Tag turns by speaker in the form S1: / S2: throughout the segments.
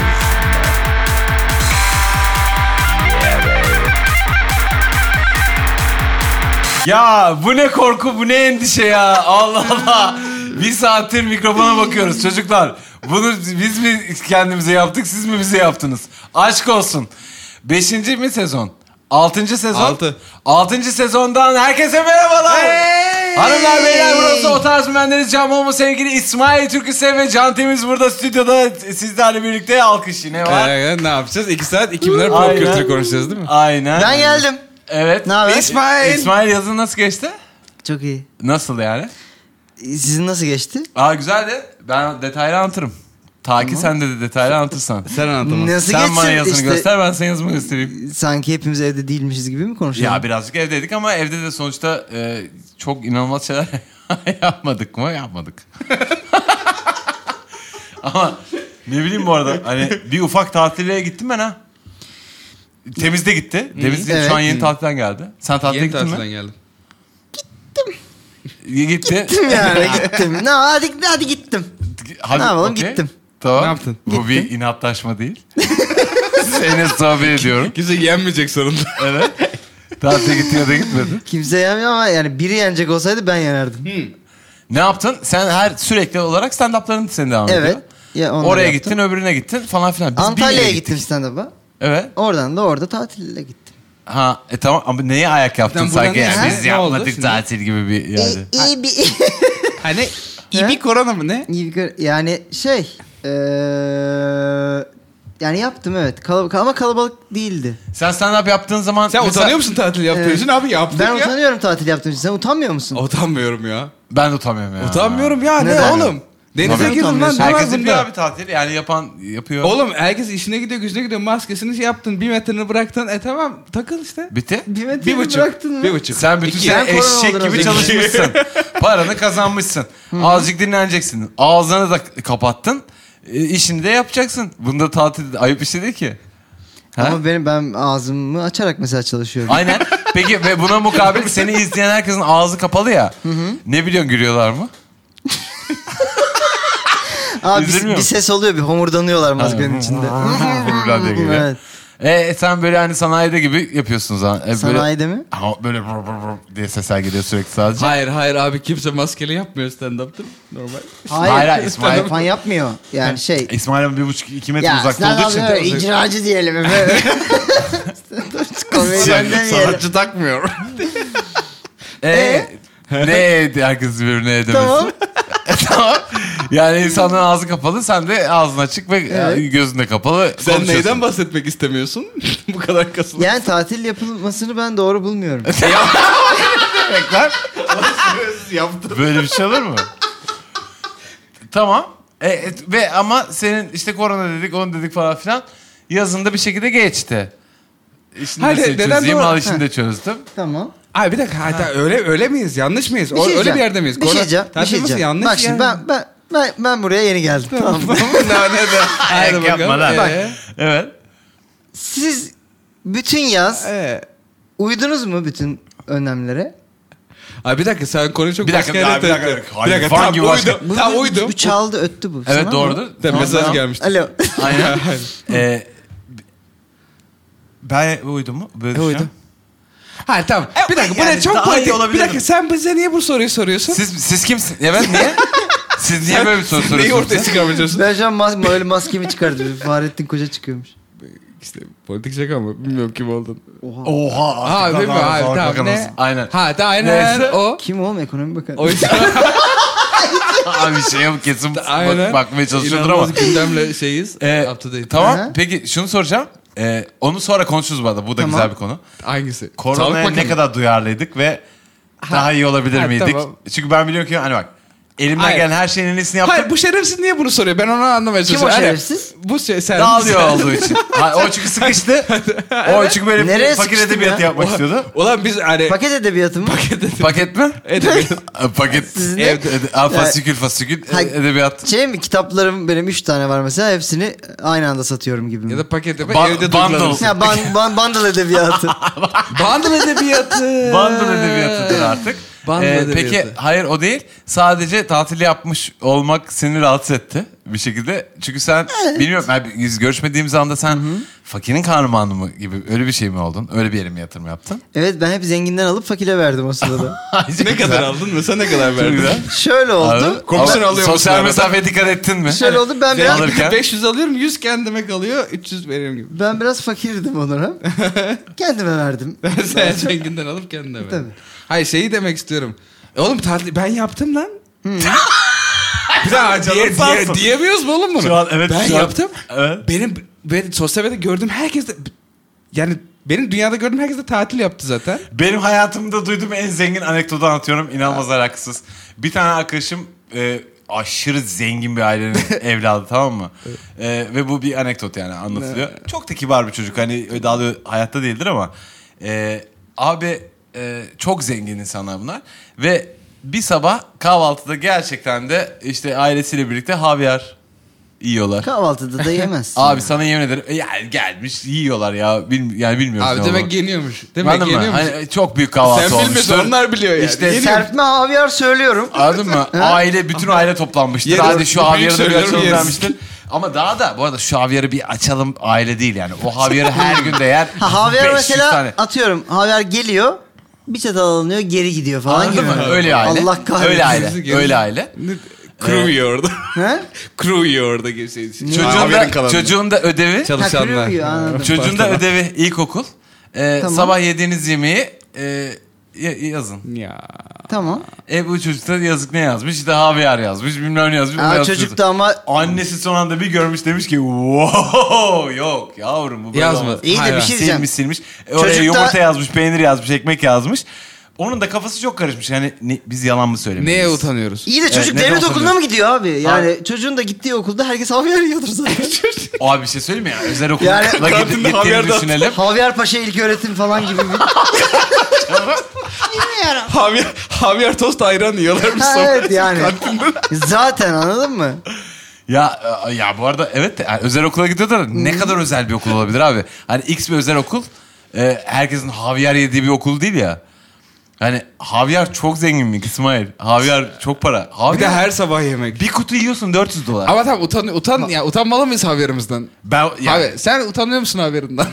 S1: Otarz.
S2: Ya bu ne korku bu ne endişe ya Allah Allah. Bir saattir mikrofona bakıyoruz çocuklar. Bunu biz mi kendimize yaptık siz mi bize yaptınız? Aşk olsun. Beşinci mi sezon? Altıncı sezon?
S3: Altı.
S2: Altıncı sezondan herkese merhabalar. Hanımlar beyler burası o tarz mühendiriz Can Bomo sevgili İsmail Türküsev ve Can Temiz burada stüdyoda sizlerle birlikte alkış yine var.
S3: Ee, ne yapacağız? 2 saat 2000 lira
S2: Aynen.
S3: pop kültürü konuşacağız değil mi?
S2: Aynen.
S4: Ben geldim.
S2: Evet.
S4: Ne haber?
S3: İsmail.
S2: İsmail yazın nasıl geçti?
S4: Çok iyi.
S2: Nasıl yani?
S4: Sizin nasıl geçti?
S2: Aa güzeldi. Ben detaylı anlatırım. Ta ki sen de, de detaylı anlatırsan.
S3: Sen anlatamam.
S4: Nasıl
S2: sen
S4: geçsin?
S2: bana yazını
S4: İşte
S2: göster ben sana yazımı göstereyim.
S4: Sanki hepimiz evde değilmişiz gibi mi konuşuyoruz?
S2: Ya birazcık evdeydik ama evde de sonuçta e, çok inanılmaz şeyler yapmadık mı? Yapmadık. ama ne bileyim bu arada hani bir ufak tatile gittim ben ha. Temiz'de gitti. Temiz
S4: Evet.
S2: şu an yeni tatilden geldi. Sen tatile
S3: Yeni
S2: gittin
S3: tatilden
S2: mi?
S3: geldim.
S2: Gitti.
S4: yani gittim. Ne hadi hadi gittim.
S2: Hadi,
S4: Ne yapalım,
S2: okey.
S4: gittim.
S2: Tamam.
S3: Ne yaptın?
S2: Bu bir inatlaşma değil. Seninle sohbet ediyorum.
S3: Kimse yenmeyecek sonunda.
S2: Evet. Tatile gittin ya da gitmedin.
S4: Kimse yemiyor ama yani biri yenecek olsaydı ben yenerdim.
S2: Ne yaptın? Sen her sürekli olarak stand-up'ların seni devam
S4: evet.
S2: ediyor.
S4: Ya onları
S2: Oraya
S4: yaptım.
S2: gittin, öbürüne gittin falan filan. Biz
S4: Antalya'ya
S2: Bingöl'e
S4: gittim
S2: gittik.
S4: stand-up'a.
S2: Evet.
S4: Oradan da orada tatile gittim.
S2: Ha, e tamam ama neye ayak yaptın
S3: Buradan
S2: sanki?
S3: buradan
S2: Yani
S3: ne-
S2: biz
S3: ne oldu
S2: yapmadık
S3: şimdi?
S2: tatil gibi bir
S4: E,
S2: yani.
S4: İyi, iyi bir...
S3: hani ibi korona mı ne?
S4: iyi bir gör- yani şey... eee, yani yaptım evet. Kalab- ama kalabalık değildi.
S2: Sen stand-up yaptığın zaman...
S3: Sen
S2: mesela-
S3: utanıyor musun tatil yaptığın
S4: Evet.
S3: için? Abi yaptık
S4: Ben
S3: ya.
S4: utanıyorum tatil yaptığım için. Sen utanmıyor musun?
S3: Utanmıyorum ya.
S2: Ben de utanmıyorum ya.
S3: Utanmıyorum ya. Ne,
S4: Neden?
S3: oğlum? Denize
S4: Neden
S3: girin lan.
S4: utanmıyorsun?
S3: ne var
S2: Herkes yapıyor
S3: bunda?
S2: abi tatil. Yani yapan yapıyor.
S3: Oğlum herkes işine gidiyor, gücüne gidiyor. Maskesini şey yaptın, bir metreni bıraktın. E tamam takıl işte.
S2: Bitti.
S4: Bir metre
S3: Bir buçuk.
S4: bıraktın mı?
S3: Bir buçuk.
S2: Sen bütün
S3: İki.
S2: sene
S4: Sen korona
S2: eşek
S4: oldun
S2: gibi
S4: az önce.
S2: çalışmışsın. Paranı kazanmışsın. Azıcık dinleneceksin. Ağzını da k- kapattın. E, işini de yapacaksın. Bunda tatil ayıp bir şey değil ki. Ha?
S4: Ama benim ben ağzımı açarak mesela çalışıyorum.
S2: Aynen. Peki ve buna mukabil seni izleyen herkesin ağzı kapalı ya. Ne biliyorsun gülüyorlar mı?
S4: Abi bir,
S2: üzülmüyor
S4: bir
S2: musun?
S4: ses oluyor bir homurdanıyorlar maskenin içinde.
S2: Buradan diye geliyor.
S4: evet.
S2: E, sen böyle hani sanayide gibi yapıyorsun zaten. E, böyle,
S4: Sanayide mi?
S2: Ama böyle vur vur vur diye sesler geliyor sürekli sadece.
S3: Hayır hayır abi kimse maskeli yapmıyor stand-up'ta. Normal.
S4: Hayır.
S2: Hayır, hayır, İsmail-
S4: İsmail falan yapmıyor. Yani şey.
S2: İsmail'in bir buçuk iki metre
S4: ya
S2: uzakta olduğu için.
S4: stand-up'ta öyle icracı diyelim. efendim. Stand-up komedyen demeyelim.
S3: takmıyor.
S2: E, ne etti herkes birbirine edemesi.
S4: Tamam.
S2: tamam. Yani insanların ağzı kapalı sen de ağzın açık ve e,
S4: Evet.
S2: gözün de kapalı.
S3: Sen
S2: konuşuyorsun.
S3: neyden bahsetmek istemiyorsun? Bu kadar kasılı.
S4: Yani tatil yapılmasını ben doğru bulmuyorum.
S3: yaptım.
S2: Böyle bir şey olur mu? tamam. E, e, ve ama senin işte korona dedik onu dedik falan filan yazında bir şekilde geçti. İşini
S3: Hayır,
S2: de
S3: neden
S2: çözeyim,
S3: doğru-
S2: al işini de çözdüm.
S4: tamam.
S3: Abi bir dakika hayda, öyle öyle miyiz? Yanlış mıyız? O- öyle
S4: diyeceğim.
S3: bir yerde miyiz?
S4: Bir şey
S3: Korona-
S4: diyeceğim. Bir
S3: Tatil
S4: şey
S3: nasıl
S4: diyeceğim.
S3: yanlış
S4: Bak şimdi
S3: yani?
S4: ben, ben, ben, ben buraya yeni geldim. Tamam. mı?
S3: Daha ne de. Haydi
S2: Ayak
S3: bakalım.
S2: yapmadan.
S3: Ee,
S2: Evet.
S4: Siz bütün yaz
S3: ee.
S4: uydunuz mu bütün önlemlere?
S3: Abi bir dakika sen konuyu çok
S2: Bir dakika,
S3: başka
S2: abi, bir dakika.
S3: taktın.
S2: Hayır,
S3: Bir dakika,
S2: fan
S3: tam
S2: gibi başka-
S3: uydum. Tam uydum.
S4: Bu çaldı öttü bu.
S2: Evet
S4: Sana mı?
S2: doğrudur.
S3: Tam
S2: Tamam,
S3: mesaj
S2: tamam.
S3: gelmişti.
S4: Alo.
S2: Aynen.
S3: Aynen.
S2: Ee, ben uydum mu? Böyle şey
S3: E, uydum.
S2: düşünüyorum.
S3: Hayır tamam.
S4: E,
S3: Bir dakika bu
S2: yani
S3: ne çok
S2: daha iyi
S3: politik. Bir
S2: olabilirdim.
S3: dakika sen bize niye bu soruyu soruyorsun?
S2: Siz, siz kimsin? Evet niye? Siz niye
S3: Sen-
S2: böyle bir soru
S3: sen Neyi
S2: soruyorsunuz?
S3: ortaya çıkarmaya çalışıyorsun?
S4: Ben şu an mas böyle maskemi çıkardım. Fahrettin Koca çıkıyormuş.
S3: İşte politik şaka mı? Bilmiyorum kim oldun.
S2: Oha.
S3: Ha değil mi? Hayır tamam ne?
S2: Aynen.
S3: Ha da aynen
S2: Neyse.
S3: o.
S4: Kim oğlum ekonomi bakanı?
S3: O yüzden
S2: Abi şey yok kesin bak-
S3: aynen.
S2: bakmaya çalışıyordur ama.
S3: İnanılmaz gündemle şeyiz.
S2: Ee,
S3: Up to date.
S2: Tamam.
S4: Aha.
S2: Peki şunu soracağım. Ee, onu sonra konuşuruz bu arada. Bu da
S4: Tamam.
S2: güzel bir konu.
S3: Hangisi? Sağlık
S2: Koronaya ne
S3: Bakanı.
S2: kadar duyarlıydık ve daha iyi olabilir
S3: ha,
S2: miydik?
S3: tamam.
S2: Çünkü ben biliyorum ki hani bak elimden
S3: Hayır.
S2: gelen her şeyin en iyisini yaptım.
S3: Hayır bu şerefsiz niye bunu soruyor? Ben onu anlamaya
S4: Kim o
S3: çalışıyorum. Hani
S4: şerefsiz?
S3: Bu şey sen.
S2: Dağılıyor olduğu için. Ha, o çünkü sıkıştı. o çünkü böyle
S4: Nereye
S2: fakir
S4: sıkıştın
S2: edebiyatı
S4: ya?
S2: yapmak istiyordu.
S3: Ulan biz hani...
S4: Paket edebiyatı mı?
S2: Paket mi?
S3: Edebiyat.
S2: Ha, Paket.
S4: Sizin ne?
S2: Evde, ede, ha, fasikül fasikül e,
S4: Hayır.
S2: edebiyat.
S4: Şey mi kitaplarım benim 3 tane var mesela hepsini aynı anda satıyorum gibi mi?
S3: ya
S4: Ya,
S3: da paket yapıp
S2: Ba-
S3: evde
S2: bundle.
S3: duygulanırsın.
S4: ban, ban, bundle edebiyatı.
S3: Bundle edebiyatı.
S2: Bundle edebiyatıdır artık.
S3: Band
S2: Ee,
S3: edebiyatı.
S2: peki hayır o değil. Sadece tatil yapmış olmak seni rahatsız etti bir şekilde. Çünkü sen bilmiyorum abi, biz görüşmediğimiz anda sen fakirin kahramanı mı gibi öyle bir şey mi oldun? Öyle bir yere mi yatırım yaptın?
S4: Evet ben hep zenginden alıp fakire verdim o sırada.
S3: Ne kadar aldın ve sen ne kadar
S2: Çok
S3: verdin?
S2: güzel.
S4: Şöyle oldu.
S2: Komisyon
S3: Komisyon
S2: alıyor
S3: alıyor musun
S2: Sosyal
S3: arada?
S2: mesafeye dikkat ettin mi?
S4: Şöyle oldu ben
S2: Zengin-
S4: biraz
S2: Alırken?
S3: 500 alıyorum 100 kendime kalıyor 300 benim gibi.
S4: ben biraz fakirdim onlara. Kendime verdim.
S3: Ben sen zenginden alıp kendime
S4: Tabii.
S3: verdim. Hayır şeyi demek istiyorum. E oğlum tatil ben yaptım lan. Bir daha diye, diye, diyemiyoruz mu oğlum bunu?
S2: Şu an evet,
S3: ben
S2: şu an-
S3: yaptım.
S2: Evet.
S3: Benim ben sosyal medyada gördüğüm herkes de yani benim dünyada gördüğüm herkes de tatil yaptı zaten.
S2: Benim hayatımda duyduğum en zengin anekdotu anlatıyorum. İnanılmaz alakasız. Bir tane arkadaşım e, aşırı zengin bir ailenin evladı tamam mı? E, ve bu bir anekdot yani anlatılıyor. Çok da kibar bir çocuk. Hani öyle daha da hayatta değildir ama. E, abi e, çok zengin insanlar bunlar. Ve bir sabah kahvaltıda gerçekten de işte ailesiyle birlikte havyar yiyorlar.
S4: Kahvaltıda da yemezsin.
S2: Abi sana yemin ederim e, yani gelmiş yiyorlar ya. Bil, yani bilmiyorum.
S3: Abi
S2: ne olduğunu.
S3: demek yeniyormuş. Demek
S2: Anladın mı?
S3: yeniyormuş.
S2: Hani çok büyük kahvaltı
S3: Sen bilmedin
S2: olmuştur.
S3: onlar biliyor yani.
S2: İşte
S3: Yeniyor.
S4: Serpme havyar söylüyorum.
S2: Anladın mı? Aile, bütün aile toplanmıştır.
S3: Yeriz.
S2: Hadi şu
S3: Büyük
S2: havyarı da bir
S3: söylüyorum,
S2: açalım
S3: yeriz.
S2: denmiştir. Ama daha da bu arada şu havyarı bir açalım aile değil yani. O havyarı her gün de yer.
S4: Ha,
S2: 500
S4: havyar mesela
S2: tane.
S4: atıyorum. Havyar geliyor. Bir çatal alınıyor geri gidiyor falan
S2: Anladın
S4: gibi.
S2: mı? Öyle bir aile.
S4: Allah kahretsin.
S2: Öyle aile.
S3: Gerisi-
S2: Öyle aile.
S3: Crew yiyor orada.
S4: He?
S3: Crew yiyor orada geçen
S2: Çocuğun da, çocuğun da ödevi.
S4: Ha,
S3: çalışanlar.
S4: crew yiyor, anladım.
S2: Çocuğun da ödevi ilkokul. Ee,
S4: Tamam.
S2: Sabah yediğiniz yemeği e, ya- yazın.
S3: Ya.
S4: Tamam.
S2: E bu çocuk da yazık ne yazmış? İşte havyar yazmış, bilmem ne yazmış. bunu
S4: Aa,
S2: yazmış.
S4: çocuk da ama
S2: Annesi son anda bir görmüş demiş ki wow yok yavrum bu böyle
S3: Yazmadı.
S2: olmaz."
S4: İyi de bir
S2: Hayvan.
S4: şey diyeceğim.
S2: Silmiş silmiş. E, Oraya
S4: Çocuk da-
S2: yumurta yazmış, peynir yazmış, ekmek yazmış. Onun da kafası çok karışmış. Yani ne- biz yalan mı söylemişiz?
S3: Neye utanıyoruz?
S4: iyi de çocuk
S2: Evet, neden
S4: devlet okuluna
S2: okunuyor?
S4: mı gidiyor abi? Yani çocuğun da gittiği okulda herkes havyar yiyordur zaten.
S2: Abi bir şey söyleyeyim mi? ya? Özel okula
S4: Yani-
S2: gidip-
S3: Kantinde havyar
S2: gittiğini
S3: da-
S2: düşünelim.
S4: havyar Paşa ilköğretim falan gibi bir... Bilmiyorum.
S3: Havyar, havyar tost ayran yiyorlarmış
S4: Ha,
S3: sonra.
S4: evet yani. Zaten anladın mı?
S2: Ya e, ya bu arada evet de, yani özel okula gidiyor da ne kadar özel bir okul olabilir abi? Hani X bir özel okul e, herkesin havyar yediği bir okul değil ya. Yani havyar çok zenginlik İsmail. Havyar çok para. Havyar,
S3: Bir de her sabah yemek.
S2: bir kutu yiyorsun 400 dolar.
S3: Ama tamam utan, utan, ya, utanmalı mıyız havyarimizden?
S2: Ben yani,
S3: Abi sen utanıyor musun havyarından?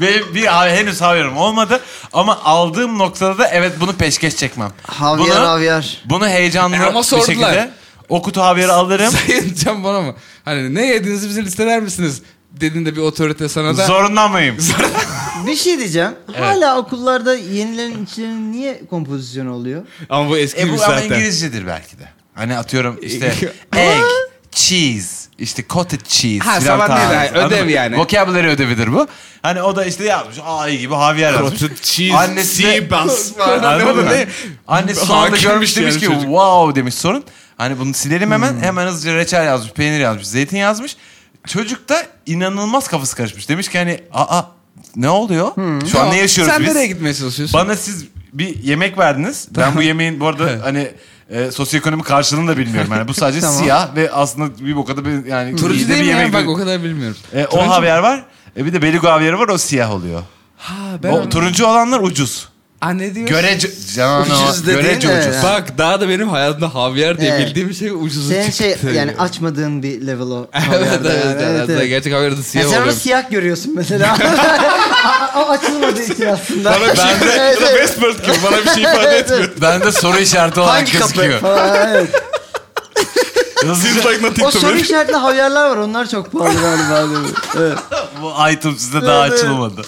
S2: ve bir ha- henüz havyarım olmadı ama aldığım noktada da evet bunu peşkeş çekmem.
S4: Havyar
S2: bunu,
S4: havyar.
S2: Bunu heyecanlı
S3: Ama
S2: bir
S3: sordular.
S2: şekilde o kutu havyarı alırım.
S3: Sayın Can bana mı? Hani ne yediğinizi bize listeler misiniz? Dediğinde bir otorite sana da...
S2: Zorunda mıyım?
S4: Bir şey diyeceğim. Hala okullarda yenilerin içlerinin niye kompozisyonu oluyor?
S3: Ama bu eski
S2: E
S3: bir
S2: bu ama
S3: zaten.
S2: İngilizcedir belki de. Hani atıyorum işte egg, cheese, işte cottage cheese.
S3: Ha,
S2: filan
S3: sabah değil,
S2: tarzı.
S3: hayır,
S2: Anladın
S3: ödev
S2: mı?
S3: yani.
S2: Vocabulary ödevidir bu. Hani o da işte yazmış ay gibi havyar yazmış. Annesi de-
S3: bas
S2: Anladın mı? Annesi son anda
S3: Hakimmiş
S2: görmüş
S3: yani
S2: demiş ki
S3: çocuk. Hmm.
S2: wow demiş sorun. Hani bunu silelim hemen. Hemen hızlıca reçel yazmış, peynir yazmış, zeytin yazmış. Çocuk da inanılmaz kafası karışmış. Demiş ki hani aa ne oluyor?
S3: Hmm.
S2: Şu an ne yaşıyoruz
S3: Sen
S2: biz?
S3: nereye gitmeye çalışıyorsun?
S2: Bana siz bir yemek verdiniz. Ben bu yemeğin bu arada hani e, sosyoekonomik karşılığını da bilmiyorum. Yani bu sadece
S4: Tamam.
S2: siyah ve aslında bir bokada bir yani iyi
S3: Turuncu
S2: de
S3: değil
S2: bir
S3: mi ya?
S2: yemek.
S3: Bak o kadar bilmiyorum.
S2: E, o
S3: Turuncu-
S2: havyar var. E, bir de beluga havyarı var o siyah oluyor.
S3: Ha ben...
S2: O, turuncu olanlar ucuz.
S3: Aa, ne diyorsun?
S2: Görece canım
S4: Ucuz dediğin
S2: görece
S4: ne
S2: ucuz.
S4: ya?
S3: Bak daha da benim hayatımda havyar diye
S4: Evet.
S3: bildiğim şey ucuzu
S4: Senin
S3: çıktı.
S4: şey yani açmadığın bir level o.
S3: evet,
S4: havyarda
S3: evet,
S4: yani.
S3: evet,
S4: Evet, evet.
S3: Gerçek havyarda
S4: Ya
S3: siyah
S4: sen onu
S3: oluyor.
S4: siyah görüyorsun mesela. o açılmadığı için aslında.
S3: Bana bir şey-
S4: Evet, evet.
S3: Westworld gibi bana bir şey ifade
S4: Evet,
S3: etmiyor.
S4: evet.
S2: Bende soru işareti olarak
S4: Hangi kapı?
S2: gözüküyor.
S4: Falan, evet.
S2: Hızlıca
S3: like nothing
S4: O soru işaretli havyarlar var. Onlar çok pahalı galiba. değil mi? Evet.
S2: bu item size daha
S4: Evet, evet.
S2: açılmadı.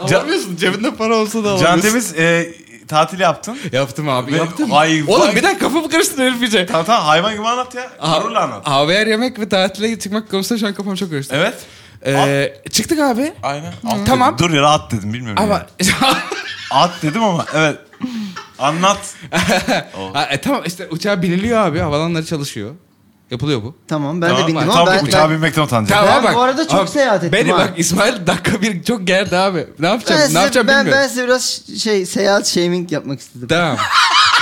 S3: Alamıyorsun cebinde para olsa da
S2: Can
S3: alamıyorsun.
S2: Temiz e, tatil yaptın.
S3: Yaptım abi
S2: Ve-
S3: yaptım.
S2: Ay, vay.
S3: Oğlum bir dakika kafamı karıştırdın herif iyice.
S2: Tamam tamam hayvan gibi anlat ya. Gururla anlat.
S3: AVR yemek ve tatile çıkmak konusunda şu an kafam çok karıştı.
S2: Evet.
S3: Ee, çıktık abi.
S2: Aynen. At dedim.
S3: Tamam.
S2: Dur ya rahat dedim bilmiyorum.
S3: Ama
S2: ya. At dedim ama evet. Anlat.
S3: Ha, e, tamam işte uçağa biniliyor abi. Havalanları çalışıyor. Yapılıyor bu.
S4: Tamam ben de
S2: Tamam,
S4: bindim
S2: Tam
S4: ama ben,
S2: uçağa
S4: ben-
S2: binmekten utanacağım.
S4: Tamam. bu arada çok seyahat ettim
S3: Beni
S4: ha.
S3: bak İsmail dakika bir çok gerdi abi. Ne
S4: ben
S3: yapacağım?
S4: size,
S3: ne yapacağım
S4: ben, ben
S3: bilmiyorum.
S4: size biraz şey seyahat shaming yapmak istedim.
S3: Tamam.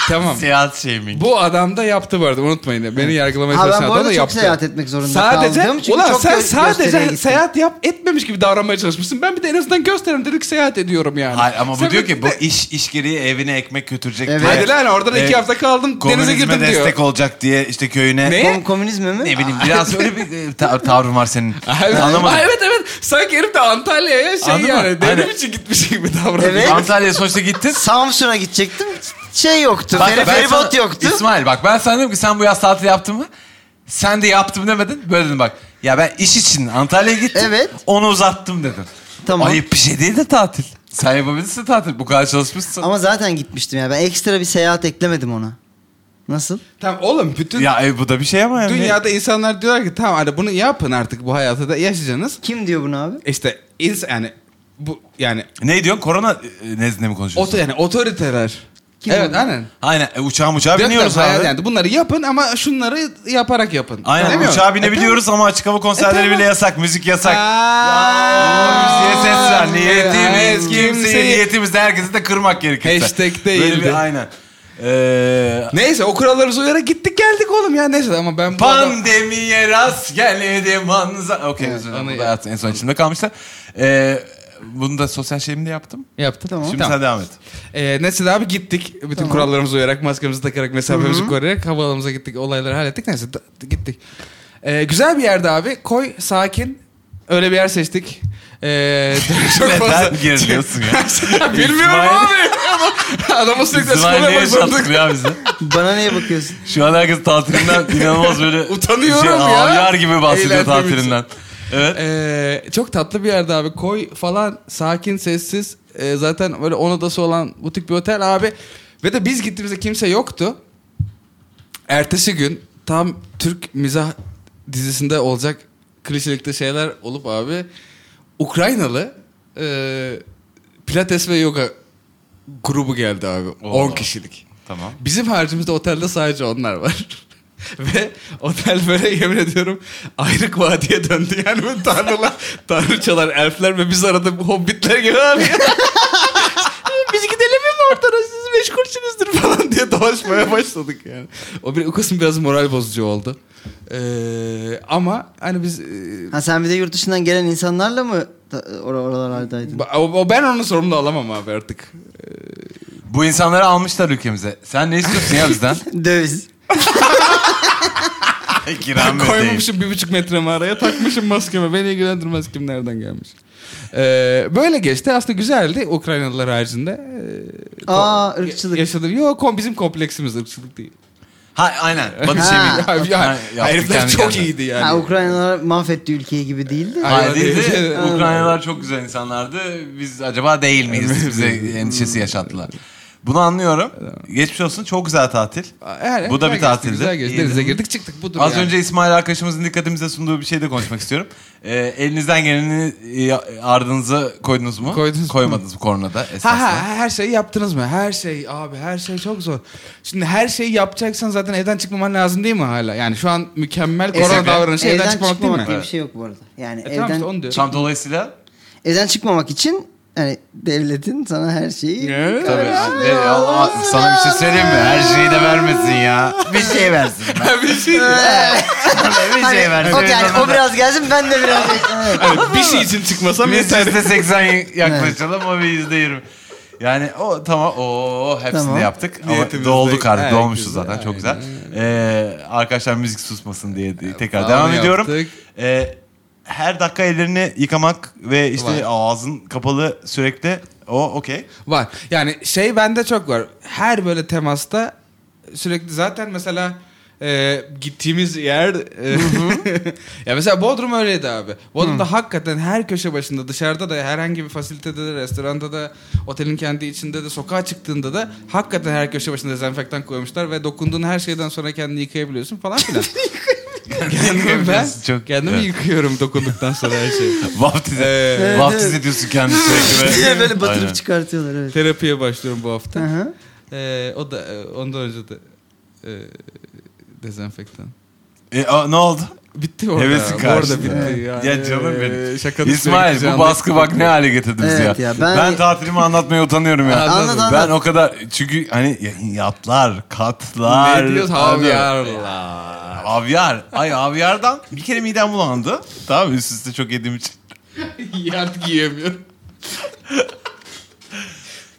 S3: tamam.
S2: Seyahat shaming.
S3: Bu adam da yaptı bu arada unutmayın. Beni yargılamaya
S4: Abi
S3: çalışan
S4: ben bu
S3: adam da
S4: arada çok
S3: yaptı.
S4: seyahat etmek zorunda
S3: Sadece,
S4: kaldım. Çünkü
S3: ulan
S4: çok
S3: sen
S4: gö- gösteriye
S3: sadece
S4: gittim.
S3: seyahat yap etmemiş gibi davranmaya çalışmışsın. Ben bir de en azından gösterim dedik seyahat ediyorum yani.
S2: Hayır ama bu
S3: Sen
S2: diyor
S3: bir
S2: ki bu
S3: de-
S2: iş iş gereği evine ekmek götürecek
S4: Evet.
S2: diye.
S3: Hadi lan orada da iki
S2: Evet.
S3: hafta kaldım denize
S2: Komünizme
S3: girdim
S2: destek
S3: diyor.
S2: olacak diye işte köyüne.
S3: Ne?
S4: Kom- komünizme mi?
S2: Ne bileyim biraz öyle bir e, ta- tavrın var senin.
S3: Evet.
S2: Anlamadım.
S3: Ha, evet evet. Sanki herif de Antalya'ya şey
S2: Anladın mı?
S3: yani devrim
S2: Aynen.
S3: için gitmiş gibi davranıyor.
S4: Evet.
S2: Antalya'ya sonuçta gittin.
S4: Samsun'a gidecektim. Şey yoktu.
S2: Bak,
S4: Feri,
S2: ben
S4: feribot
S2: sana-
S4: yoktu.
S2: İsmail bak ben sana dedim ki sen bu yaz tatili yaptın mı? Sen de yaptım demedin. Böyle dedim bak. Ya ben iş için Antalya'ya gittim.
S4: Evet.
S2: Onu uzattım dedim.
S4: Tamam.
S2: Ayıp bir şey değil de tatil. Sen yapabilirsin tatil. Bu kadar çalışmışsın.
S4: Ama zaten gitmiştim ya. Ben ekstra bir seyahat eklemedim ona. Nasıl?
S3: Tamam oğlum bütün
S2: Ya e, bu da bir şey ama yani.
S3: dünyada insanlar diyorlar ki tamam hadi bunu yapın artık bu hayatı da yaşayacaksınız.
S4: Kim diyor bunu abi?
S3: İşte ins yani bu yani
S2: Ne diyorsun? Korona e, nezdinde mi konuşuyorsun?
S3: oto yani otoriteler.
S4: Kim
S3: evet
S4: oldu?
S3: aynen.
S2: Aynen. E, uçağa uçağa
S3: Diyor ki,
S2: biniyoruz
S3: hayal
S2: abi.
S3: yani bunları yapın ama şunları yaparak yapın.
S2: Aynen
S3: Değil mi?
S2: uçağa binebiliyoruz ama açık hava konserleri
S3: E, tamam.
S2: bile yasak. Müzik
S3: E,
S2: yasak.
S3: tamam.
S2: Aa, Müziğe ses ver.
S3: Evet,
S2: Niyetimiz kimseye niyetimiz de herkesi de kırmak gerekirse.
S3: Hashtag
S2: Böyle
S3: değildi.
S2: bir aynen. Ee,
S3: Neyse o kuralları uyarak gittik geldik oğlum ya neyse ama ben bu adam-
S2: Pandemiye rast geldi manzara. Okey özür dilerim.
S3: onu
S2: Bu da hayatın en son içimde kalmışlar. Ee, bunu da sosyal şeyimde yaptım.
S3: Yaptı tamam.
S2: Şimdi sen devam et.
S3: Ee, neyse abi gittik. Bütün kurallarımıza uyarak, maskemizi takarak, mesafemizi koruyarak havaalanımıza gittik. Olayları hallettik. Neyse da- gittik. Ee, güzel bir yerde abi. Koy, sakin. Öyle bir yer seçtik. Ee, çok fazla.
S2: Neden geriliyorsun ya?
S3: Bilmiyorum
S2: İsmail-
S3: abi. Adamı sürekli
S2: İsmail
S3: açıklamaya
S2: neye
S3: başladık.
S2: çattı ya bizi?
S4: Bana neye bakıyorsun?
S2: Şu an herkes tatilinden inanılmaz böyle... şey
S3: Utanıyorum ya.
S2: Ağlar gibi bahsediyor
S3: Eğlenmem için.
S2: tatilinden. Evet.
S3: Ee, çok tatlı bir yerde abi. Koy falan sakin sessiz. Ee, zaten böyle on odası olan butik bir otel abi. Ve de biz gittiğimizde kimse yoktu. Ertesi gün tam Türk mizah dizisinde olacak klişelikte şeyler olup abi Ukraynalı e, pilates ve yoga grubu geldi abi. 10 kişilik.
S2: Tamam.
S3: Bizim harcımızda otelde sadece onlar var. Ve otel böyle yemin ediyorum ayrık vadiye döndü. Yani böyle tanrılar, tanrıçalar, elfler ve biz arada bu hobbitler gibi abi. biz gidelim mi ortada siz meşgulsünüzdür falan diye dolaşmaya başladık yani. O, bir, o kısım biraz moral bozucu oldu. Ee, ama hani biz... e,
S4: Ha sen bir de yurt dışından gelen insanlarla mı da- or- oralardaydın?
S3: ba- o, o- ben onun sorumlu olamam abi artık.
S2: Bu insanları almışlar ülkemize. Sen ne istiyorsun ya bizden?
S4: Döviz.
S2: Kiram
S3: Koymamışım bir buçuk metre mağaraya takmışım maskemi. Beni ilgilendirmez kim nereden gelmiş. Ee, böyle geçti. Aslında güzeldi Ukraynalılar haricinde. Ee,
S4: Aa,
S3: ko-
S4: ırkçılık.
S3: Yaşadım. Yok kom- bizim kompleksimiz ırkçılık değil.
S2: Ha aynen. Batı
S4: Ha.
S2: Şevik.
S3: Ya, ya,
S2: Ha, yaptı
S3: herifler
S2: kendi
S3: çok
S2: kendine.
S3: iyiydi yani.
S4: Ha Ukraynalar mahvetti ülkeyi gibi değildi.
S3: Ay-
S2: Hayır
S3: Hayır,
S2: değildi.
S3: değil.
S2: Ukraynalılar çok güzel insanlardı. Biz acaba değil miyiz? Bize endişesi yaşattılar. Bunu anlıyorum. Geçmiş olsun. Çok güzel tatil.
S3: Ee, Yani
S2: Bu da bir
S3: güzel geçti,
S2: tatildi.
S3: Güzel geçti.
S2: İyiydi.
S3: Denize girdik çıktık. Budur
S2: Az
S3: yani.
S2: önce İsmail arkadaşımızın dikkatimize sunduğu bir şey de konuşmak istiyorum. Ee, elinizden geleni e, ardınıza koydunuz mu?
S3: Koydunuz mu?
S2: Koymadınız bu koronada esasında.
S3: Ha, ha, her şeyi yaptınız mı? Her şey abi her şey çok zor. Şimdi her şeyi yapacaksan zaten evden çıkmaman lazım değil mi hala? Yani şu an mükemmel
S4: Evden-
S3: korona davranışı evden,
S4: E, evden
S3: çıkmamak değil mi?
S4: diye bir şey yok bu arada. Yani
S3: E tamam
S4: evden
S3: işte onu diyor.
S2: Tam dolayısıyla
S4: evden çıkmamak için yani devletin sana her şeyi
S3: Evet.
S2: tabii. Ne, Allah, sana bir şey söyleyeyim mi? Her şeyi de vermesin ya. Bir şey versin.
S3: bir şey değil.
S4: Hani
S2: bir şey versin.
S4: Okey, yani o biraz gelsin ben de biraz Evet.
S3: Hani bir şey için çıkmasam
S2: Biz
S3: yeter.
S2: yüzde seksen yaklaşalım o bir yüzde yirmi. Yani o tamam o hepsini
S4: Tamam.
S2: yaptık. Ama
S3: Niyetimizde-
S2: dolduk artık
S3: Aynen,
S2: dolmuşuz
S3: güzel,
S2: zaten çok güzel.
S3: aynen.
S2: Ee, arkadaşlar müzik susmasın diye de- tekrar
S3: Falan
S2: devam ediyorum.
S3: yaptık.
S2: Ee, her dakika ellerini yıkamak ve işte
S3: Var.
S2: ağzın kapalı sürekli o okey.
S3: Var. Yani şey bende çok var. Her böyle temasta sürekli zaten mesela e, gittiğimiz yer e, ya mesela Bodrum öyleydi abi. Bodrum'da hakikaten her köşe başında dışarıda da herhangi bir fasilitede de restoranda da otelin kendi içinde de sokağa çıktığında da hakikaten her köşe başında dezenfektan koymuşlar ve dokunduğun her şeyden sonra kendini yıkayabiliyorsun falan filan. kendimi ben
S2: Yıkayabiliyorsun, çok-
S3: kendimi
S2: evet.
S3: yıkıyorum dokunduktan sonra her şeyi.
S2: Vaftiz,
S3: Ee,
S2: vaftiz ediyorsun kendini sürekli. ve-
S4: Diye böyle batırıp
S2: Aynen.
S4: çıkartıyorlar evet.
S3: Terapiye başlıyorum bu hafta.
S4: Hı hı.
S3: Ee, o da e, ondan önce de e, dezenfektan.
S2: E, a, ne oldu?
S3: Bitti orada.
S2: Hevesin
S3: Bu arada
S2: karşısında.
S3: bitti. Yani,
S2: Ya canım benim.
S3: Ee, şaka
S2: İsmail bu baskı bak ne hale getirdi bizi
S4: Evet
S2: ya.
S4: ya,
S2: ben...
S4: ben-
S2: tatilimi anlatmaya utanıyorum ya.
S3: Anlat,
S4: anlat.
S2: Ben o kadar çünkü hani ya- yatlar, katlar.
S3: Ne diyorsun?
S2: abi?
S3: Havyarla.
S2: Avyar. Ay avyardan bir kere midem bulandı. Tamam üst üste çok yediğim için.
S3: Artık yiyemiyorum.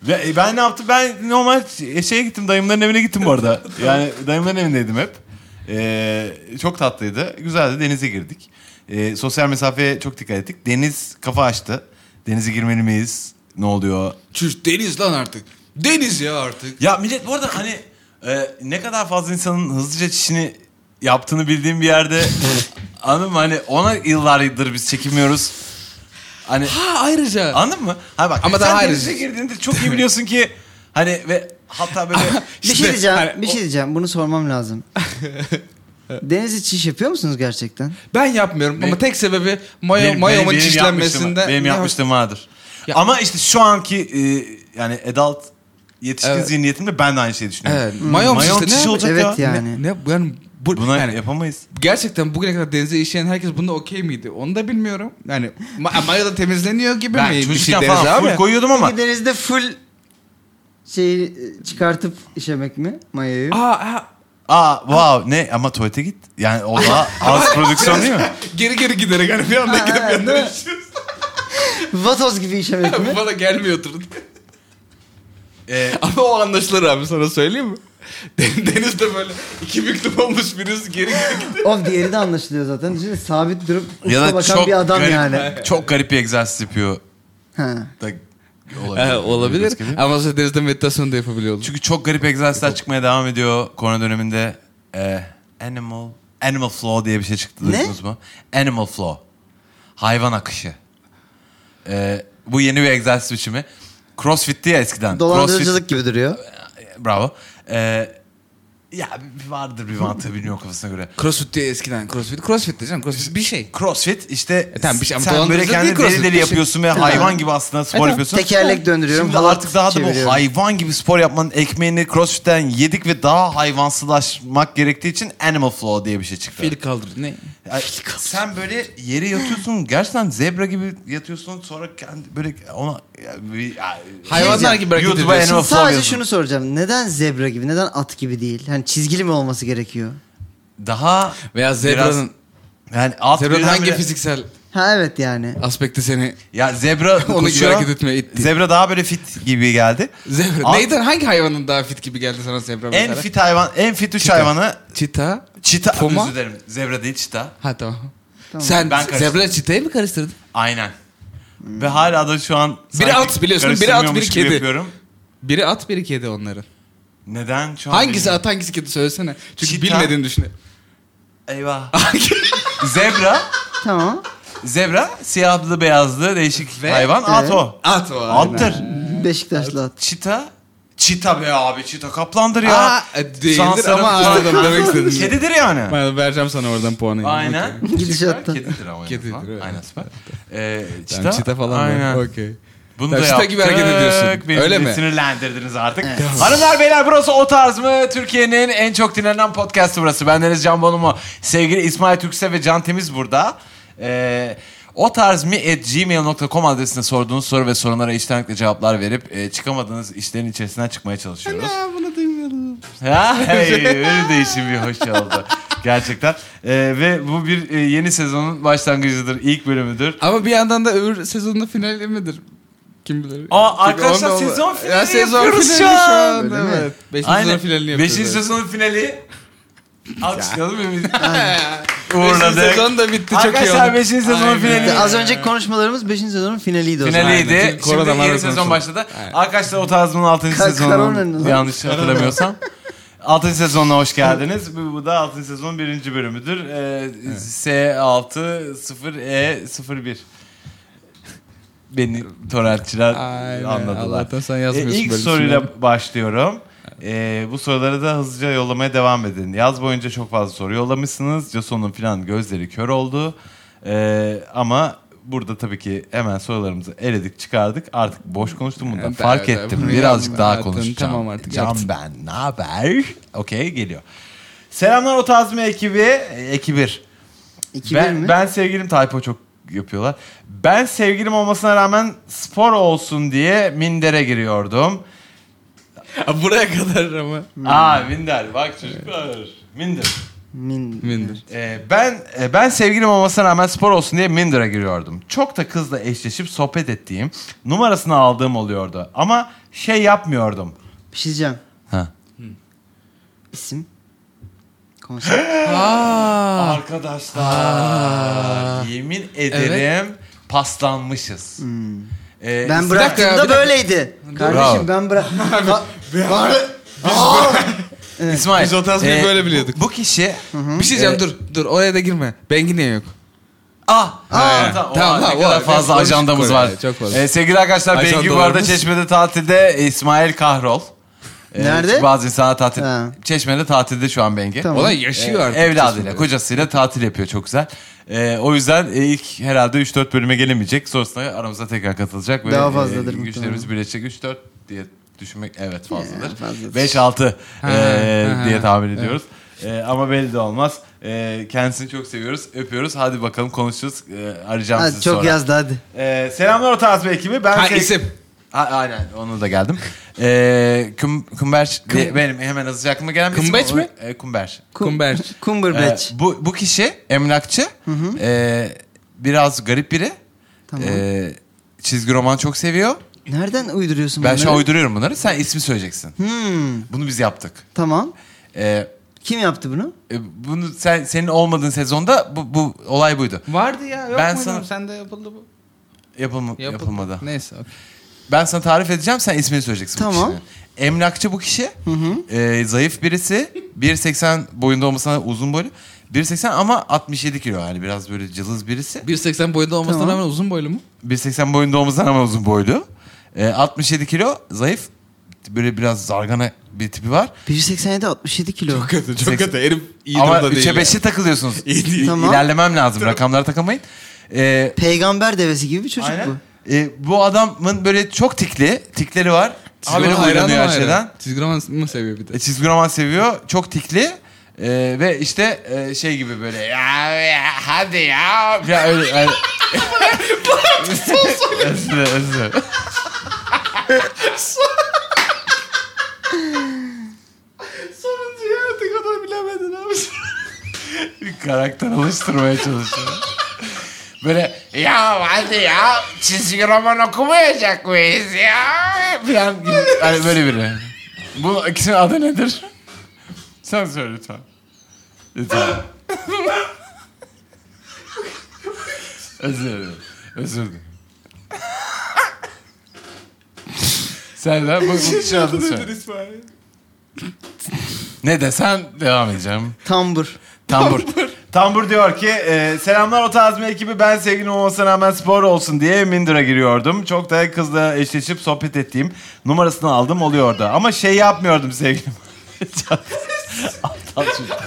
S2: Ve e, ben ne yaptım? Ben normal e, şeye gittim dayımların evine gittim bu arada. Yani dayımların evindeydim hep. Ee, çok tatlıydı. Güzeldi denize girdik. Ee, sosyal mesafeye çok dikkat ettik. Deniz kafa açtı. Denize girmeli miyiz? Ne oluyor?
S3: Çüş deniz lan artık. Deniz ya artık.
S2: Ya millet bu arada hani e, ne kadar fazla insanın hızlıca çişini yaptığını bildiğim bir yerde anladın mı? Hani ona yıllardır biz çekinmiyoruz. Hani
S3: Ha ayrıca.
S2: Anladın mı? Ha bak
S3: Ama
S2: sen
S3: daha
S2: denize
S3: ayrıcı.
S2: girdiğinde çok iyi biliyorsun ki hani ve hatta böyle
S4: Bir şey
S3: İşte,
S4: diyeceğim.
S3: hani
S4: bir
S3: o-
S4: şey diyeceğim. Bunu sormam lazım. Denizde çiş yapıyor musunuz gerçekten?
S3: Ben yapmıyorum ama tek sebebi mayo,
S2: benim,
S3: mayomun
S2: benim
S3: çişlenmesinde.
S2: yapmışlığım- benim
S3: Ne-
S2: yapmışlığım vardır.
S3: Ya-
S2: Ama işte şu anki e, yani adult yetişkin
S3: Evet.
S2: zihniyetimde ben de aynı şeyi düşünüyorum.
S3: Evet, mayom işte, ne
S2: çişi olacak
S4: Evet
S2: ya.
S4: ya.
S3: Ne,
S4: Yani.
S3: ne yani bu,
S2: Buna
S3: yani
S2: yapamayız.
S3: gerçekten bugüne kadar denize işleyen herkes bunda okey miydi? Onu da bilmiyorum. Yani ma- mayo da temizleniyor gibi
S2: Ben
S3: mi? Bir
S2: çocukken
S3: şey denize
S2: falan
S3: abi.
S2: full koyuyordum ama
S4: Peki denizde full şeyi e, çıkartıp işemek mi? Mayayı.
S3: Aa, aa,
S2: aa wow ne ama tuvalete git. Yani o daha az prodüksiyon değil mi?
S3: geri geri giderek hani bir anda gidip
S4: evet,
S3: yanına
S4: değil mi?
S3: işiyorsun.
S4: Vatoz gibi işemek mi?
S3: Bu Bana gelmiyor turun.
S2: Ee,
S3: Ama o anlaşılır abi sana söyleyeyim mi? Den- Denizde böyle iki büklüm olmuş birisi geri geri gidiyor.
S4: Oğlum diğeri de anlaşılıyor zaten. Düşünsene, sabit durup
S2: ya
S4: ufka
S2: da
S4: bakan
S2: çok
S4: bir adam
S2: garip,
S4: yani.
S2: çok garip bir egzersiz yapıyor
S4: Ha.
S2: da olabilir.
S3: Ee, olabilir
S2: Gözükebilir.
S3: ama siz denizde meditasyon da yapabiliyor olur.
S2: Çünkü çok garip egzersizler çıkmaya devam ediyor korona döneminde. Ee, animal animal flow diye bir şey çıktı
S4: Ne?
S2: duydunuz mu? Animal flow. Hayvan akışı. Ee, bu yeni bir egzersiz biçimi. Crossfit'ti ya eskiden.
S4: Dolandırıcılık gibi duruyor.
S2: Crossfit- bravo. Ee, ya bir- vardır bir mantığı bilmiyorum kafasına göre.
S3: Crossfit diye eskiden crossfit. Crossfit diyeceğim crossfit bir şey.
S2: Crossfit işte
S3: tamam, bir şey ama
S2: sen böyle
S3: dolandırıcı değil
S2: kendini deli
S3: crossfit,
S2: deli
S3: bir şey. E,
S2: yapıyorsun ve hayvan gibi aslında spor yapıyorsun.
S4: Tekerlek döndürüyorum.
S2: Şimdi
S4: halat
S2: artık daha da bu
S4: çeviriyorum.
S2: hayvan gibi spor yapmanın ekmeğini CrossFit'ten yedik ve daha hayvansılaşmak gerektiği için Animal Flow diye bir şey çıktı.
S3: Fil kaldır ne?
S2: Ya, sen böyle yere yatıyorsun gerçekten zebra gibi yatıyorsun sonra kendi böyle ona ya, bir- ya-
S3: Hayvanlar gibi hareket
S2: YouTube'a
S3: ediyorsun.
S2: Animal
S4: Şimdi
S2: Flow
S4: sadece
S2: yazın.
S4: şunu soracağım. Neden zebra gibi, neden at gibi değil? Hani çizgili mi olması gerekiyor?
S2: Daha
S3: Veya zebranın
S2: biraz- yani at
S3: zebranın
S2: birden
S3: hangi
S2: bire-
S3: fiziksel
S4: Ha evet yani.
S3: aspekti seni
S2: Ya zebra
S3: gibi
S2: koşuyor.
S3: hareket etmeye itti.
S2: Zebra daha böyle fit gibi geldi.
S3: zebra
S2: At-
S3: neyden hangi hayvanın daha fit gibi geldi sana zebra
S2: En
S3: mesela?
S2: fit hayvan, en fit üç
S3: Çita.
S2: hayvanı
S3: Çita.
S2: çita.
S3: Puma?
S2: Özür dilerim. Zebra değil çita.
S3: Ha tamam.
S4: Tamam.
S2: Ben
S3: Sen
S2: karıştırdım.
S3: zebra çitayı mı karıştırdın?
S2: Aynen. Ve hala da şu an
S3: Hmm. Biri
S2: sanki
S3: at biliyorsun, biri at, biri
S2: karıştırmıyormuş gibi
S3: kedi.
S2: Yapıyorum.
S3: Biri at biri kedi onların.
S2: Neden şu an?
S3: Hangisi
S2: bilmiyorum.
S3: at hangisi kedi söylesene. Çünkü
S2: Çita.
S3: bilmediğini düşün.
S2: Eyvah. zebra,
S4: Tamam.
S2: zebra siyahlı beyazlı değişik
S3: Ve-
S2: hayvan at
S4: Evet.
S2: o.
S3: At o.
S2: Attır.
S4: Beşiktaşlı at.
S2: Çita, çita be abi çita kaplandır ya.
S3: Aa, e, değildir
S2: Sansarı
S3: ama
S2: falan.
S3: anladım demek istedim.
S2: Kedidir yani.
S3: Ben vereceğim sana oradan puanı.
S2: Aynen.
S3: Okey.
S4: Gidişatta.
S2: Kedidir ama.
S3: Kedidir,
S2: Kedidir.
S3: evet.
S2: Aynen süper. Ee, çita,
S3: Tamam, çita falan.
S2: Aynen.
S3: Aynen. Okey.
S2: Bunu
S3: Tamam,
S2: da
S3: çita
S2: yaptık.
S3: gibi hareket ediyorsun.
S2: Beni
S3: Öyle
S2: de
S3: mi?
S2: sinirlendirdiniz artık. Hanımlar beyler burası o tarz mı? Türkiye'nin en çok dinlenen podcastı burası. Ben Deniz Can Bonomo. Sevgili İsmail Türkse ve Can Temiz burada. Ee, o tarz mi at gmail.com adresine sorduğunuz soru ve sorunlara içtenlikle cevaplar verip e, çıkamadığınız işlerin içerisinden çıkmaya çalışıyoruz.
S3: Aa, bunu duymayalım.
S2: Ha, hey, öyle değişim bir hoş oldu. Gerçekten. Ee, ve bu bir e, yeni sezonun başlangıcıdır. ilk bölümüdür.
S3: Ama bir yandan da öbür sezonun finali midir? Kim bilir.
S2: Aa,
S3: Çünkü
S2: arkadaşlar
S3: onda-
S2: sezon finali
S3: Ya, sezon
S2: yapıyoruz
S3: finali
S2: şu an.
S4: Öyle mi?
S3: Evet. Beşinci sezon finalini yapıyoruz.
S2: Beşinci
S3: evet.
S2: sezonun finali. Alkışlayalım mı? biz?
S3: Beşinci
S2: Uğurladık.
S3: sezon da bitti. Çok iyi
S2: Arkadaşlar
S3: oldu.
S2: 5. sezonun
S3: Aynen.
S2: finali.
S3: Aynen.
S4: Az önceki konuşmalarımız 5. sezonun finaliydi o zaman.
S2: Finaliydi.
S3: Aynen, çünkü
S2: Şimdi
S3: koronadan
S2: yeni
S3: arasında
S2: sezon
S3: konuşalım.
S2: başladı.
S3: Aynen.
S2: Arkadaşlar o tarzımın 6.
S4: Ka-
S2: sezonunun
S4: karanın-
S2: yanlış hatırlamıyorsam. 6. sezonuna hoş geldiniz. Bu, bu da 6. sezonun 1. bölümüdür. Ee, E S60E01. Beni torrentçiler
S3: Aynen.
S2: anladılar. E,
S3: Allah'tan sen yazmıyorsun
S2: ilk
S3: böyle
S2: soruyla
S3: isimleri.
S2: başlıyorum. Ee, bu soruları da hızlıca yollamaya devam edin. Yaz boyunca çok fazla soru yollamışsınız. Jason'un filan gözleri kör oldu. Ee, ama burada tabii ki hemen sorularımızı eledik çıkardık. Artık boş konuştum bundan.
S3: Evet,
S2: Fark
S3: evet,
S2: ettim.
S3: bunu
S2: Birazcık daha
S3: yaptın.
S2: konuşacağım.
S3: Tamam artık,
S2: Can
S3: yaptın.
S2: ben ne haber? Okey geliyor. Selamlar Otazmi E, ekibi. Ekibir.
S4: 2000
S2: ben,
S4: mi?
S2: ben sevgilim typo çok yapıyorlar. Ben sevgilim olmasına rağmen spor olsun diye mindere giriyordum.
S3: Buraya kadar ama.
S4: Hmm.
S2: Aa minder bak çocuklar. Minder.
S4: Min-
S3: Mindir.
S2: Ee, ben e, ben sevgilim olmasına rağmen spor olsun diye Minder'a giriyordum. Çok da kızla eşleşip sohbet ettiğim, numarasını aldığım oluyordu. Ama şey yapmıyordum.
S4: Bir şey diyeceğim.
S2: Ha.
S4: İsim. Konsept.
S3: Aa.
S2: Arkadaşlar
S3: Aa.
S2: yemin ederim paslanmışız. Ee,
S4: Hmm. Ben
S2: siz-
S3: bir
S4: bıraktığımda
S3: dakika.
S4: böyleydi. Kardeşim ben bırak...
S2: İsmail.
S3: biz o tasmayı
S2: e,
S3: böyle biliyorduk.
S2: Bu, bu kişi
S3: Bir şey diyeceğim dur. Dur oraya da girme. Bengi niye yok?
S2: Ah,
S3: Ha.
S2: tamam,
S3: Tamam,
S2: tamam,
S3: tamam,
S2: ne kadar
S3: o-
S2: fazla
S3: çok
S2: ajandamız
S3: konuş-
S2: var.
S3: çok fazla.
S2: Ee, sevgili arkadaşlar,
S3: Ajanda
S2: Bengi bu arada
S3: olabilir.
S2: Çeşme'de tatilde, İsmail Kahrol. Ee,
S4: Nerede?
S2: Bazı insanlar tatil.
S4: Ha.
S2: Çeşme'de tatilde şu an Bengi.
S4: Tamam.
S3: O da yaşıyor
S2: Ee,
S3: artık.
S2: Evladıyla,
S3: Çeşme'de.
S2: kocasıyla tatil yapıyor çok güzel. Ee, o yüzden e, ilk herhalde 3-4 bölüme gelemeyecek. Sonrasında aramıza tekrar katılacak. ve,
S4: Daha fazladır
S2: güçlerimiz birleşecek. 3-4 diye düşünmek evet fazladır.
S4: Ya, fazladır.
S2: 5-6
S3: Ha,
S2: e,
S3: ha,
S2: diye
S3: ha.
S2: tahmin ediyoruz. E, ama belli de olmaz. E, kendisini çok seviyoruz. Öpüyoruz. Hadi bakalım konuşuruz. E, arayacağım
S4: Hadi
S2: sizi
S4: çok
S2: sonra.
S4: yazdı hadi.
S2: E, selamlar o tarz bir ekibi. Ben
S3: Ha
S2: sev-
S3: isim.
S2: A- aynen onu da geldim. E, Kum, Kumberç diye benim hemen hızlıca aklıma gelen bir isim
S3: Kumbeç
S2: ama-
S3: mi?
S2: E, Kumber.
S3: Kumberç.
S4: Cumberbatch.
S2: E, bu, bu kişi emlakçı. E, biraz garip biri.
S4: Tamam.
S2: E, çizgi roman çok seviyor.
S4: Nereden uyduruyorsun
S2: Ben
S4: bunları?
S2: şu an uyduruyorum bunları. Sen ismi söyleyeceksin.
S4: Hmm,
S2: Bunu biz yaptık.
S4: tamam.
S2: E,
S4: Kim yaptı bunu?
S2: E, bunu sen senin olmadığın sezonda bu, bu olay buydu.
S3: Vardı ya yok
S2: Ben
S3: muydu?
S2: sana-
S3: Sende yapıldı bu.
S2: Yapılma,
S3: Yapıldı.
S2: yapılmadı.
S3: Neyse. okey.
S2: Ben sana tarif edeceğim sen ismini söyleyeceksin
S4: Tamam.
S2: bu kişinin. Emlakçı bu kişi. E, zayıf birisi. 1.80 boyunda olmasına uzun boylu. 1.80 ama 67 kilo yani biraz böyle cılız birisi.
S3: 1.80 boyunda olmasına
S4: Tamam.
S3: rağmen uzun boylu mu?
S2: 1.80 boyunda olmasına ama uzun boylu. E, 67 kilo zayıf. Böyle biraz zargana bir tipi var.
S4: 187 67 kilo.
S3: kötü
S2: çok kötü.
S3: Herif
S2: ama 3'e 5'e takılıyorsunuz.
S4: Tamam.
S2: İlerlemem lazım. Rakamlara takılmayın. E,
S4: Peygamber devesi gibi bir çocuk bu.
S2: Ee, bu adamın böyle çok tikli, tikleri var. Abi hayranıyor her şeyden.
S3: Çizgi roman mı seviyor bir de?
S2: E, Çizgi roman seviyor, çok tikli. Ee, ve işte e, şey gibi böyle ya, ya, hadi ya. ya öyle, öyle. Özür dilerim, özür dilerim.
S3: Sonuncuyu artık kadar bilemedin abi.
S2: Bir karakter oluşturmaya çalışıyorum. Böyle ya hadi ya çizgi roman okumayacak mıyız ya? Falan gibi. Hani böyle biri. Bu ikisinin adı nedir? Sen söyle lütfen. Lütfen. Özür dilerim. Özür dilerim. Sen de bu, bu kişinin adını söyle. Ne desen devam edeceğim.
S4: Tambur.
S2: Tambur. Tambur diyor ki e, selamlar o tazmi ekibi ben sevgilim olmasına rağmen spor olsun diye Minder'a giriyordum. Çok da kızla eşleşip sohbet ettiğim numarasını aldım oluyordu. Ama şey yapmıyordum sevgilim. Aptal çocuk.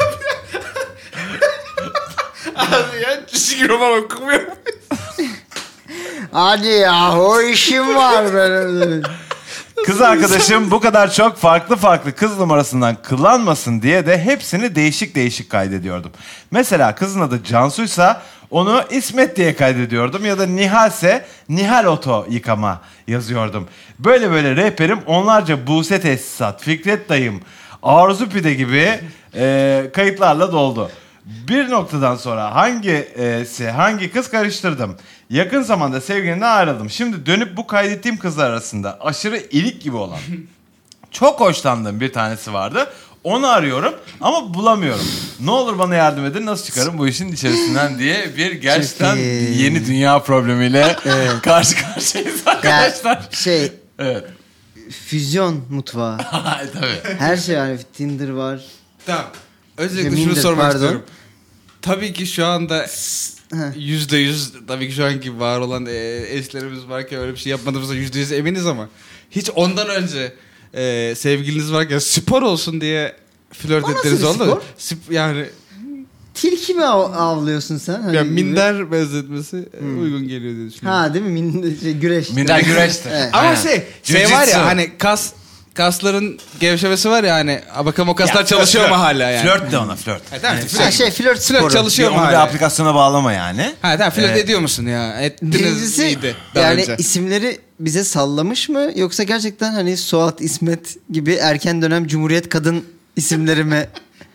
S3: ya çizgi roman okumuyor.
S4: Hadi ya o işim var benim.
S2: Kız arkadaşım bu kadar çok farklı farklı kız numarasından kullanmasın diye de hepsini değişik değişik kaydediyordum. Mesela kızın adı Cansu'ysa onu İsmet diye kaydediyordum ya da Nihal'se Nihal Oto yıkama yazıyordum. Böyle böyle rehberim onlarca Buse Tesisat, Fikret Dayım, Arzu Pide gibi e, kayıtlarla doldu. Bir noktadan sonra hangisi hangi kız karıştırdım. Yakın zamanda sevgilimden ayrıldım. Şimdi dönüp bu kaydettiğim kızlar arasında aşırı ilik gibi olan çok hoşlandığım bir tanesi vardı. Onu arıyorum ama bulamıyorum. Ne olur bana yardım edin nasıl çıkarım bu işin içerisinden diye bir gerçekten
S4: Çok iyi.
S2: yeni dünya problemiyle karşı karşıyayız
S4: Ya,
S2: arkadaşlar.
S4: şey
S2: Evet.
S4: füzyon mutfağı.
S2: Tabii.
S4: Her şey var. Tinder var.
S3: Tamam. Öncelikle
S4: Yemin
S3: şunu
S4: de-
S3: sormak
S4: pardon.
S3: istiyorum. Tabii ki şu anda
S4: Heh.
S3: yüzde yüz tabii ki şu anki var olan e, eşlerimiz varken öyle bir şey yapmadığımızda yüzde yüz eminiz ama hiç ondan önce e, sevgiliniz varken spor olsun diye flört
S4: O nasıl
S3: ettiniz
S4: bir
S3: oldu mu?
S4: spor?
S3: Sp- yani
S4: Tilki mi av- avlıyorsun sen? Hani Hmm.
S3: yani
S4: gibi.
S3: minder benzetmesi e, uygun geliyor diye düşünüyorum.
S4: Ha değil mi? Minder, şey, güreş.
S2: Minder güreştir.
S4: Evet.
S3: Ama
S2: Aynen.
S3: şey, şey var
S2: Jiu-jitsu.
S3: ya hani kas kasların gevşemesi var ya hani "Aa, bakalım o kaslar
S2: Ya,
S3: çalışıyor
S2: flört,
S3: mu hala yani.
S2: Flört de ona flört.
S3: Ha, tamam,
S4: Ha,
S3: flört.
S4: şey flört sporu.
S3: flört çalışıyor mu
S2: Onu bir
S3: hala?
S2: aplikasyona bağlama yani.
S3: Ha tamam flört
S2: Evet.
S3: ediyor musun ya? Ettiniz
S4: Birincisi
S3: iyiydi daha
S4: yani
S3: önce.
S4: isimleri bize sallamış mı yoksa gerçekten hani Suat, İsmet gibi erken dönem Cumhuriyet kadın isimleri mi?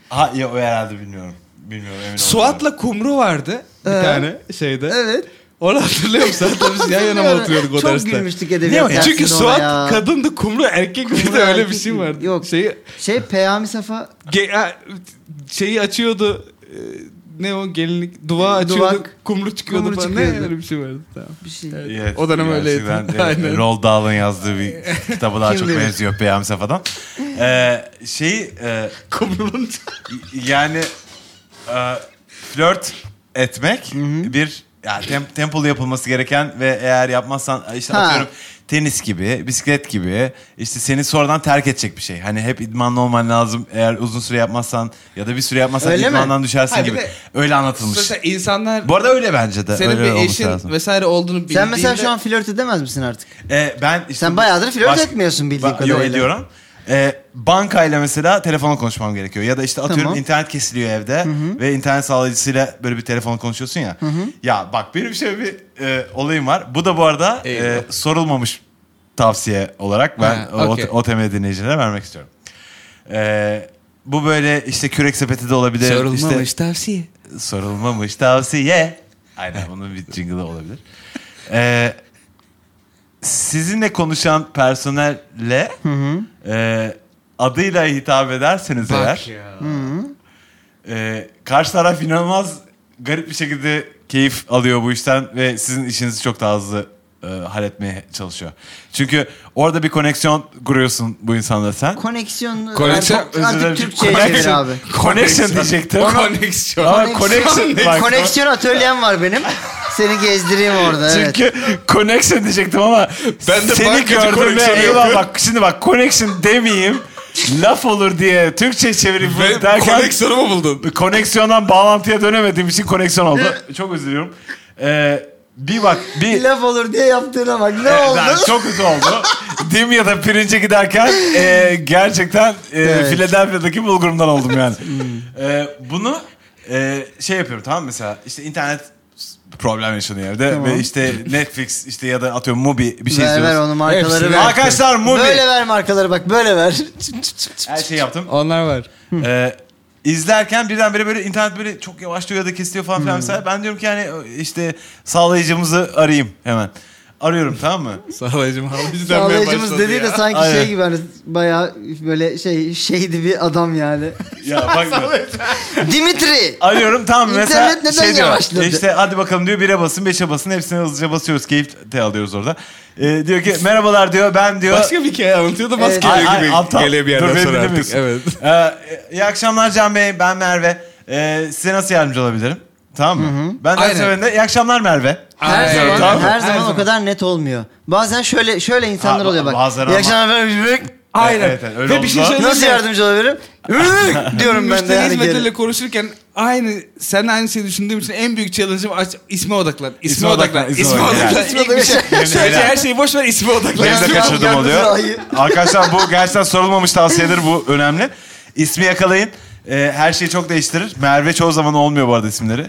S2: Ha ya o herhalde bilmiyorum. Bilmiyorum emin olamadım.
S3: Suat'la Kumru vardı bir
S4: Ee,
S3: tane şeyde.
S4: Evet.
S3: Onu hatırlıyor musun? Hatta biz yan yana mı oturuyorduk o
S4: Çok
S3: derste?
S4: gülmüştük edebiyat
S2: Ne o ya?
S4: dersinde
S3: Çünkü
S4: ona
S3: Suat
S4: ya.
S3: kadındı, Kumru erkek bir
S4: Kumru
S3: de öyle bir
S4: erkek
S3: şey
S4: miydi?
S3: vardı.
S4: Yok.
S3: Şeyi,
S4: Şey Peyami Safa
S3: ge- ha, şeyi açıyordu. e, Ne o gelinlik duva açıyordu.
S4: Duvak.
S3: Kumru çıkıyordu
S4: Kumru
S3: falan. Ne
S4: çıkıyordu.
S3: öyle bir şey vardı. Tamam.
S4: bir şey.
S2: Evet,
S3: O dönem öyleydi.
S2: gerçekten, evet,
S3: Aynen.
S2: Roald Dahl'ın yazdığı bir kitabı daha
S4: Kim
S2: çok
S4: bilir?
S2: benziyor Peyami Safa'dan. Ee, şey e,
S3: Kumru'nun
S2: yani e, flört etmek bir yani tem, tempolu yapılması gereken ve eğer yapmazsan e, işte
S4: Ha.
S2: atıyorum tenis gibi, bisiklet gibi işte seni sonradan terk edecek bir şey. Hani hep idmanlı olman lazım. Eğer uzun süre yapmazsan ya da bir süre yapmazsan
S4: Öyle mi?
S2: idmandan düşersin
S3: Ha, bir
S2: gibi.
S3: de-
S2: Öyle anlatılmış.
S3: Mesela insanlar
S2: Bu arada öyle bence de.
S3: senin
S2: öyle
S3: bir
S2: olması
S3: eşin
S2: lazım.
S3: vesaire olduğunu bildiğinde...
S4: Sen mesela şu an flört edemez misin artık?
S2: Ee, ben işte
S4: Sen bayağıdır flört etmiyorsun bildiğim kadarıyla.
S2: Yok ediyorum. Ee, bankayla mesela telefonla konuşmam gerekiyor. Ya da işte atıyorum
S4: Tamam.
S2: internet kesiliyor evde ve internet sağlayıcısıyla böyle bir telefonla konuşuyorsun ya. Ya bak benim şöyle bir e, olayım var. Bu da bu arada
S3: Eyvah.
S2: e, sorulmamış tavsiye olarak ben
S3: Ha,
S2: o,
S3: okey.
S2: o temel dinleyicilere vermek istiyorum. Ee, bu böyle işte kürek sepeti de olabilir. işte-
S3: tavsiye.
S2: sorulmamış tavsiye. Aynen bunun bir jingle'ı olabilir. Ee, sizinle konuşan personelle e, adıyla hitap ederseniz
S3: Bak
S2: eğer
S3: ya.
S2: e, karşı taraf inanılmaz garip bir şekilde keyif alıyor bu işten ve sizin işinizi çok daha hızlı e, halletmeye çalışıyor. Çünkü orada bir koneksiyon kuruyorsun bu insanla sen.
S4: Koneksiyon
S3: Koneksiyon-
S4: artık, artık Türkçe'ye çevir
S2: Connection,
S4: abi.
S2: connection diyecektim.
S3: Koneksiyon.
S2: Ama connection. Bak,
S4: Koneksiyon atölyem var benim. Seni gezdireyim orada. evet.
S2: Çünkü connection diyecektim ama
S3: Ben de
S2: seni
S3: bankacı
S2: gördüm ve
S3: connection'ı
S2: eyvah
S3: yapıyorum.
S2: bak şimdi bak connection demeyeyim laf olur diye Türkçe çevirip
S3: Ve
S2: derken
S3: koneksiyonumu buldun.
S2: koneksiyondan bağlantıya dönemediğim için koneksiyon oldu. Çok üzülüyorum. Ee, bir bak bir
S4: Laf olur diye yaptığına bak. Ne
S2: Ben-
S4: oldu?
S2: çok kötü oldu. Dim ya da pirince giderken e, gerçekten e,
S4: Evet. Hmm.
S2: Philadelphia'daki bulgurumdan oldum yani. E, bunu e, şey yapıyorum tamam mı? mesela işte internet problem yaşanıyor evde ve işte Netflix işte ya da atıyorum Mubi bir şey
S4: ver ver
S2: izliyoruz.
S4: onu markaları
S3: Hepsini.
S4: ver.
S2: Arkadaşlar Mubi.
S4: Böyle ver markaları bak böyle ver. Çıp, çıp, çıp, çıp.
S2: Her şeyi yaptım.
S3: Onlar var.
S4: Hmm.
S2: Ee, izlerken birdenbire böyle internet böyle çok yavaşlıyor ya da kesiliyor falan
S4: Hmm.
S2: filan mesela. Ben diyorum ki yani işte sağlayıcımızı arayayım hemen. Arıyorum tamam mı?
S3: Sağlayıcım halıcı denmeye başladı
S4: Sağlayıcımız dediği de
S3: ya.
S4: sanki
S2: Aynen.
S4: şey gibi hani bayağı böyle şey şeydi bir adam yani.
S2: ya bak
S4: Dimitri.
S2: Arıyorum tamam
S4: İnternet
S2: mesela
S4: neden
S2: şey diyor,
S4: yavaşladı?
S2: İşte hadi bakalım diyor bire basın beşe basın hepsini hızlıca basıyoruz keyif de alıyoruz orada. Ee, diyor ki merhabalar diyor ben diyor.
S3: Başka bir hikaye anlatıyor da maske
S2: Ay,
S4: Evet.
S2: ay,
S3: gibi
S2: aptal.
S3: geliyor bir yerden
S2: Dur, beni
S3: sonra artık.
S2: dinlemiyorsun.
S3: Evet.
S2: Ee, iyi akşamlar Can Bey ben Merve. Ee, size nasıl yardımcı olabilirim? Tamam mı? Ben de
S3: Aynen.
S2: seferinde iyi akşamlar Merve.
S4: Her
S3: Aynen.
S4: zaman
S2: Tamam.
S4: her zaman
S3: Her
S4: o kadar net olmuyor. Bazen şöyle şöyle insanlar
S2: Ha,
S4: oluyor bak.
S2: bazıları
S4: İyi
S2: ama-
S4: akşamlar efendim.
S3: Aynen.
S2: Evet, evet, öyle
S3: Ve bir şey
S2: oldu.
S3: söyleyeyim.
S4: Nasıl
S3: mi?
S4: yardımcı olabilirim? diyorum ben de
S3: Müşteri
S4: yani.
S3: hizmetleriyle
S4: geri.
S3: konuşurken aynı sen aynı şeyi düşündüğüm için en büyük challenge'ım aç, isme odaklan. İsme
S2: İsme
S3: odaklan.
S2: odaklan,
S3: İsme
S2: isme
S3: odaklan.
S2: odaklan.
S3: İlk bir şey.
S4: Benim
S3: Söyleyeceğin
S2: helal.
S3: her şeyi boş ver isme odaklan.
S2: Benim de
S4: Yalnız
S2: kaçırdım oluyor.
S4: ayı.
S2: Arkadaşlar bu gerçekten sorulmamış tavsiyedir bu önemli. İsmi yakalayın. Ee, her şeyi çok değiştirir. Merve çoğu zaman olmuyor bu arada isimleri.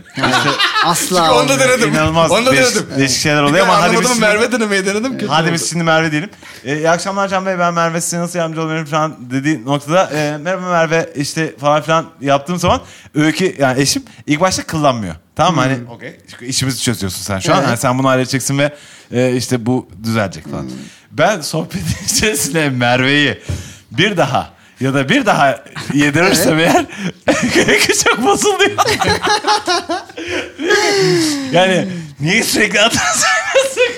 S4: Asla.
S3: Onda
S4: olmuyor.
S3: denedim.
S2: İnanılmaz
S3: Onda
S2: değişik,
S3: denedim.
S2: değişik şeyler
S3: Bir
S2: oluyor
S3: kere
S2: ama hadi biz
S3: anlamadım
S2: şimdi,
S3: Merve denemeyi denedim. Kötü
S2: hadi
S3: oldu.
S2: biz şimdi Merve diyelim. Ee, iyi akşamlar Can Bey ben Merve size nasıl yardımcı olabilirim falan dediği noktada e, merhaba Merve işte falan filan yaptığım zaman öykü yani eşim ilk başta kıllanmıyor. Tamam mı? Hani
S3: Hmm.
S2: okey işimizi çözüyorsun sen şu an.
S4: Evet.
S2: Yani sen bunu halledeceksin ve e, işte bu düzelecek
S3: Hmm.
S2: falan. Ben sohbetin içerisine Merve'yi bir daha ya da bir daha yedirirsem eğer öykü çok bozuluyor. yani niye sürekli atasın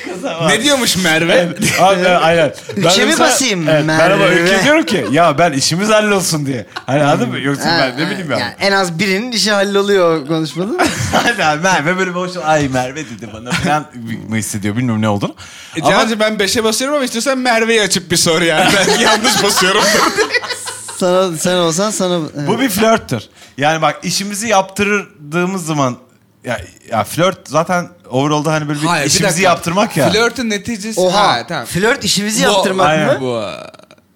S2: kıza? bak.
S3: Ne diyormuş Merve?
S2: Abi, aynen. Ben de
S4: Üçe mi
S2: mesela-
S4: basayım?
S2: Evet, ben ama
S4: Merve.
S2: ülke diyorum ki ya ben işimiz hallolsun diye. Hani anladın mı? Yoksa
S4: Hmm. Ha,
S2: ben ne
S4: ha,
S2: bileyim ya.
S4: yani en az birinin işi halloluyor konuşmanın.
S2: Aynen Merve böyle boş ay Merve dedi bana falan mı hissediyor bilmiyorum ne olduğunu.
S3: E,
S2: Ama
S3: Cancı ben 5'e basıyorum ama istiyorsan Merve'yi açıp bir sor yani. Ben yanlış basıyorum.
S4: sana sen olsan sana e,
S2: bu bir flörttür. Yani bak işimizi yaptırdığımız zaman ya, ya flört zaten overall'da hani böyle bir
S3: Hayır, bir
S2: işimizi
S3: dakika.
S2: yaptırmak ya.
S3: Flörtün neticesi.
S4: Oha.
S3: Ha, tamam.
S4: Flört işimizi
S3: Bu- e,
S4: yaptırmak
S2: aynen.
S4: mı?
S3: Bu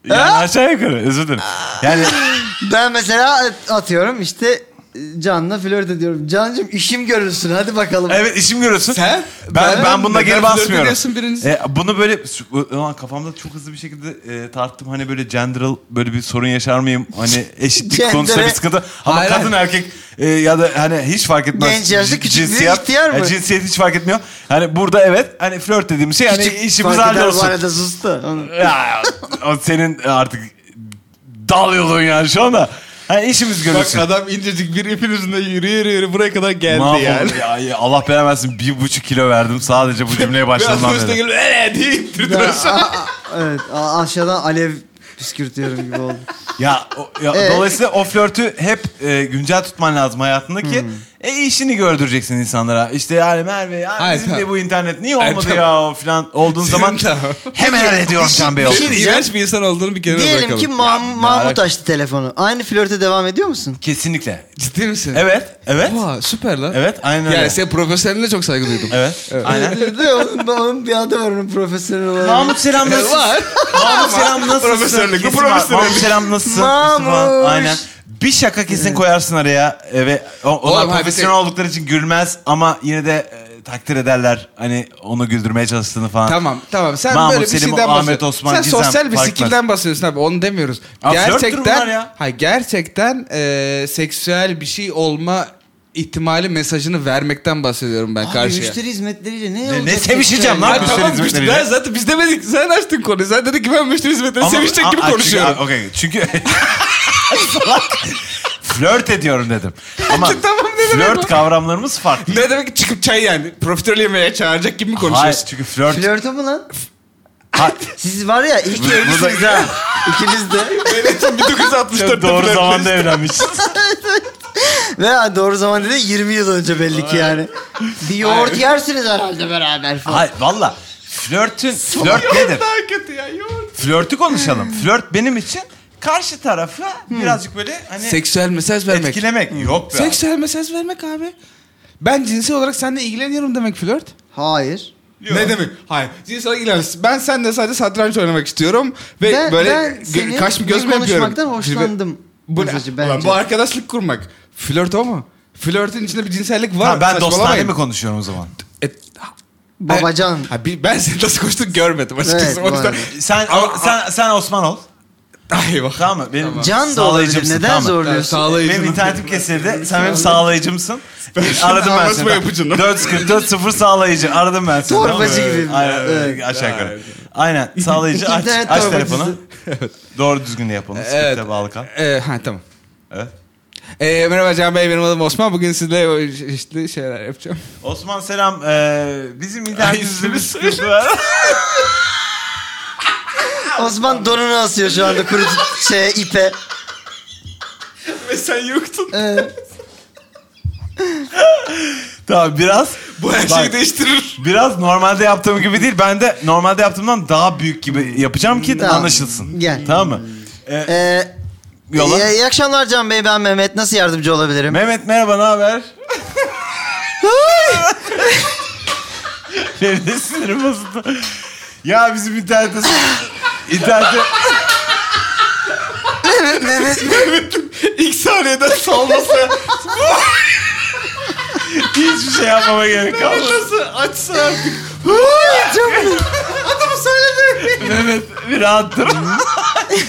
S1: Yani aşağı yukarı özür dilerim.
S2: Yani
S4: Ben mesela atıyorum işte Can'la flört ediyorum. Can'cığım işim görülsün hadi bakalım.
S2: evet işim görüyorsun.
S3: Sen?
S2: Ben, ben, bununla
S3: ben
S2: geri
S3: flört
S2: basmıyorum.
S3: ediyorsun birincisi.
S2: E, bunu böyle ulan kafamda çok hızlı bir şekilde e, tarttım. Hani böyle genderal böyle bir sorun yaşar mıyım? Hani eşitlik
S4: Gendere-
S2: konusunda bir sıkıntı. Ama
S3: Hayır,
S2: kadın erkek e, ya da hani hiç fark etmez.
S4: Genç yaşlı
S2: C-
S4: küçük büyük
S2: cinsiyet-
S4: ihtiyar mı?
S2: e, cinsiyet hiç fark etmiyor. Hani burada evet hani flört dediğim şey hani
S4: Küçük
S2: işimiz
S4: fark eder Bu
S2: hallolsun.
S4: arada sus da. Onu-
S2: Ya, o senin artık dal yolun yani şu anda. Hani işimiz
S3: Bak
S2: görülsün.
S3: adam incecik bir ipin üstünde yürüye yürüye yürüye buraya kadar geldi
S2: Mahvoldum.
S3: yani.
S2: Ya, ya, Allah beğenmesin bir buçuk kilo verdim sadece bu cümleye
S3: Biraz
S2: başladığımdan
S3: üstüne
S2: beri.
S3: gelip eee diye indirdi
S4: Ya,
S3: aşağı.
S4: a- a- evet a- aşağıdan alev püskürtüyorum gibi oldu.
S2: Ya, o- ya
S4: Ee?
S2: dolayısıyla o flörtü hep e, güncel tutman lazım hayatında ki e, işini gördüreceksin insanlara. İşte yani Merve ya
S3: Hayır,
S2: bizim
S3: tamam.
S2: de bu internet niye olmadı
S3: tamam.
S2: ya o filan olduğun zaman
S3: Tamam.
S2: hemen hallediyorum Can Bey olsun.
S3: Senin iğrenç bir insan olduğunu bir kenara
S4: Diyelim
S3: bırakalım.
S4: ki Mah- Mahmut
S2: alaka-
S4: açtı telefonu. Aynı flörte devam ediyor musun?
S2: Kesinlikle.
S3: Ciddi misin?
S2: Evet, evet.
S3: Vay, süper lan.
S2: Evet, aynen öyle.
S3: Yani senin profesyoneline çok saygı duydum.
S2: Evet, aynen.
S4: onun, onun bir adı var onun profesyonel olarak.
S2: Mahmut selam nasılsın?
S3: Var.
S2: Mahmut selam nasılsın?
S3: Profesörlük, bu
S2: Kesin var.
S3: profesörlük.
S2: Mahmut selam nasılsın?
S4: Mahmut.
S2: Kesin var. Aynen. Bir şaka kesin koyarsın araya e, ve o- onlar
S3: Oğlum,
S2: profesyonel
S3: hayır,
S2: oldukları için gülmez ama yine de e, takdir ederler hani onu güldürmeye çalıştığını falan.
S3: Tamam tamam sen
S2: Mahmut
S3: böyle bir
S2: Selim,
S3: şeyden
S2: Ahmet
S3: bahsediyorsun.
S2: Osman,
S3: sen
S2: Gizem,
S3: sosyal bir
S2: fark
S3: skillden bahsediyorsun abi onu demiyoruz.
S2: Ya flörttür bunlar
S3: gerçekten
S2: ya.
S3: ha gerçekten e, seksüel bir şey olma ihtimali mesajını vermekten bahsediyorum ben
S4: Abi
S3: karşıya.
S4: müşteri hizmetleriyle ne,
S2: Ne,
S4: olacak?
S2: ne sevişeceğim
S3: Ha,
S2: lan müşteri
S3: tamam,
S2: hizmetleriyle?
S3: ben zaten biz demedik. Sen açtın konuyu. Sen dedin ki ben müşteri hizmetleri
S2: Ama-
S3: sevişecek
S2: a-
S3: gibi
S2: a-
S3: konuşuyorum.
S2: Çünkü, okay, çünkü Salak. flört ediyorum dedim. Ama
S3: Tamam, ne demek
S2: flört
S3: bu?
S2: kavramlarımız farklı.
S3: Ne demek ki çıkıp çay yani? Profiterol yemeğe çağıracak gibi mi
S2: Hayır
S3: konuşuyorsun?
S2: çünkü flört...
S4: Flörtü mü lan?
S2: Ha-
S4: Siz var ya ilk
S2: Bu- bu da-
S4: evlisiniz ha. İkiniz de.
S2: Çok
S3: 1964
S2: doğru zamanda evlenmiş.
S4: Ve doğru zaman dedi 20 yıl önce belli ki yani. Bir yoğurt yersiniz herhalde beraber falan.
S2: Hayır valla flörtün... Flört nedir?
S3: Daha kötü ya yoğurt.
S2: Flörtü konuşalım. Flört benim için karşı tarafı birazcık böyle hani
S3: Seksüel mesaj vermek.
S2: etkilemek. Yok be.
S3: Seksüel mesaj vermek abi. Ben cinsel olarak seninle ilgileniyorum demek flört.
S4: Hayır.
S3: Ne demek? Hayır. Cinsel olarak ilgileniyoruz. Ben seninle sadece satranç oynamak istiyorum. Ve
S4: Ben,
S3: böyle
S4: ben
S3: gö-
S4: senin
S3: kaş mı
S4: ne
S3: göz mü yapıyorum?
S4: konuşmaktan hoşlandım.
S3: Bu, ne?
S4: mesajı
S3: Ulan
S4: bence.
S3: bu arkadaşlık kurmak. Flört o mu? Flörtün içinde bir cinsellik var.
S2: Ha, ben
S3: Saçmalamayın.
S2: dostane mi konuşuyorum o zaman?
S3: E,
S4: Babacan.
S3: Ha, bil- ben seni nasıl koştuğunu görmedim açıkçası.
S4: Evet,
S3: o yüzden...
S4: bu
S2: Sen
S3: Ama-
S2: sen sen Osman ol.
S3: Ay bak.
S2: Tamam mı? Benim
S4: Can da olabilir.
S2: sağlayıcımsın,
S4: Neden
S2: tamam mı?
S4: zorluyorsun?
S3: Sağlayıcı.
S2: Benim internetim kesildi. Sen benim sağlayıcımsın. Aradım ben seni.
S3: anlaşma yapıcınım.
S2: 444 0 sağlayıcı. Aradım ben seni. tamam mı?
S4: Torbacı gibi.
S2: Aynen.
S4: Evet.
S2: Aşağı yukarı. Aynen. Sağlayıcı aç,
S4: İnternet
S2: aç
S4: torbacısı.
S2: telefonu. Doğru düzgün de yapalım.
S3: Evet.
S2: Skripte bağlı kal.
S3: E, ha tamam.
S2: Evet.
S3: E, merhaba Can Bey benim adım Osman. Bugün sizinle o çeşitli şeyler yapacağım.
S2: Osman selam. Ee, bizim internetimizde
S3: ismini
S2: bir sıkıntı var.
S4: Osman donunu asıyor şu anda kuru şey ipe.
S3: Ve sen yoktun.
S4: Ee,
S2: tamam biraz.
S3: Bu her
S2: Bak,
S3: şeyi değiştirir.
S2: Biraz normalde yaptığım gibi değil. Ben de normalde yaptığımdan daha büyük gibi yapacağım ki
S4: Tamam.
S2: anlaşılsın.
S4: Gel.
S2: Tamam mı? Ee,
S4: e,
S2: yola.
S4: iyi- iyi akşamlar Can Bey ben Mehmet. Nasıl yardımcı olabilirim?
S2: Mehmet merhaba ne haber? Benim de sinirim bozuldu. Ya bizim internette... internette...
S3: İlk saniyeden salması.
S2: Hiçbir şey yapmama gerek kalmadı.
S3: Nasıl açsa artık.
S2: Mehmet bir rahat dur.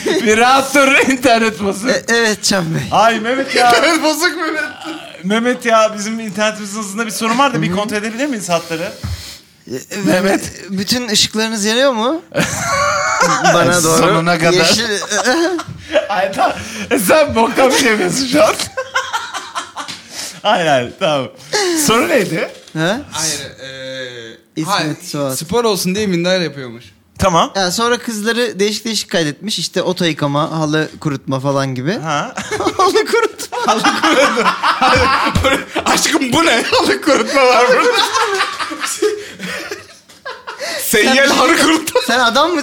S2: bir rahat dur internet bozuk.
S4: E, evet Can Bey.
S2: Ay Mehmet ya.
S3: Evet bozuk mu?
S2: Mehmet ya bizim internetimizin hızında bir sorun var da bir kontrol edebilir miyiz hatları?
S4: Mehmet. E, Bütün ışıklarınız yanıyor mu? Bana doğru.
S2: Sonuna kadar.
S4: Yeşil,
S2: Hayır tamam. E, Sen bokka bir şey yapıyorsun şu an. hayır hayır tamam. Soru neydi?
S4: ha?
S3: Hayır. eee
S4: İsmet
S3: hayır,
S4: Suat.
S3: Spor olsun diye minder yapıyormuş.
S2: Tamam.
S4: Ya sonra kızları değişik değişik kaydetmiş. İşte oto yıkama, halı kurutma falan gibi.
S2: Ha.
S4: halı kurutma.
S3: Aşkım bu ne? Halı kurutma var burada. Seyyel halı kurutma.
S4: Sen adam mı?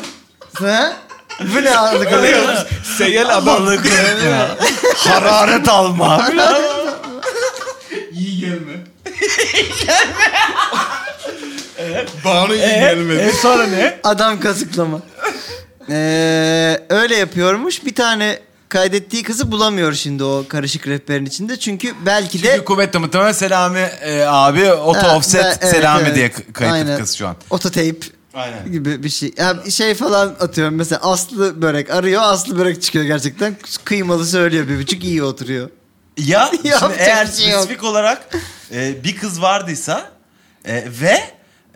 S4: Ha? Bu ne halı kurutma?
S3: Seyyel adam.
S2: Balık ya. Hararet alma.
S3: İyi gelme. İyi gelme. Banu iyi
S2: e,
S3: gelmedi.
S1: E,
S2: sonra ne?
S4: E, Adam kazıklama. Ee, öyle yapıyormuş. Bir tane kaydettiği kızı bulamıyor şimdi o karışık rehberin içinde. Çünkü belki de
S1: Çünkü kuvvetle muhtemelen Selami e, abi auto
S4: Ha,
S1: offset
S4: ben- evet,
S1: Selami
S4: evet.
S1: diye k- kayıtlı
S4: Aynen.
S1: kız şu an.
S4: Ototeyp
S2: Aynen.
S4: gibi bir şey. Ya şey falan atıyorum mesela Aslı börek arıyor. Aslı börek çıkıyor gerçekten. Kıymalı söylüyor bir buçuk iyi oturuyor.
S2: Ya şimdi
S4: Yapacak
S2: eğer
S4: bir şey yok.
S2: spesifik olarak e, bir kız vardıysa e, ve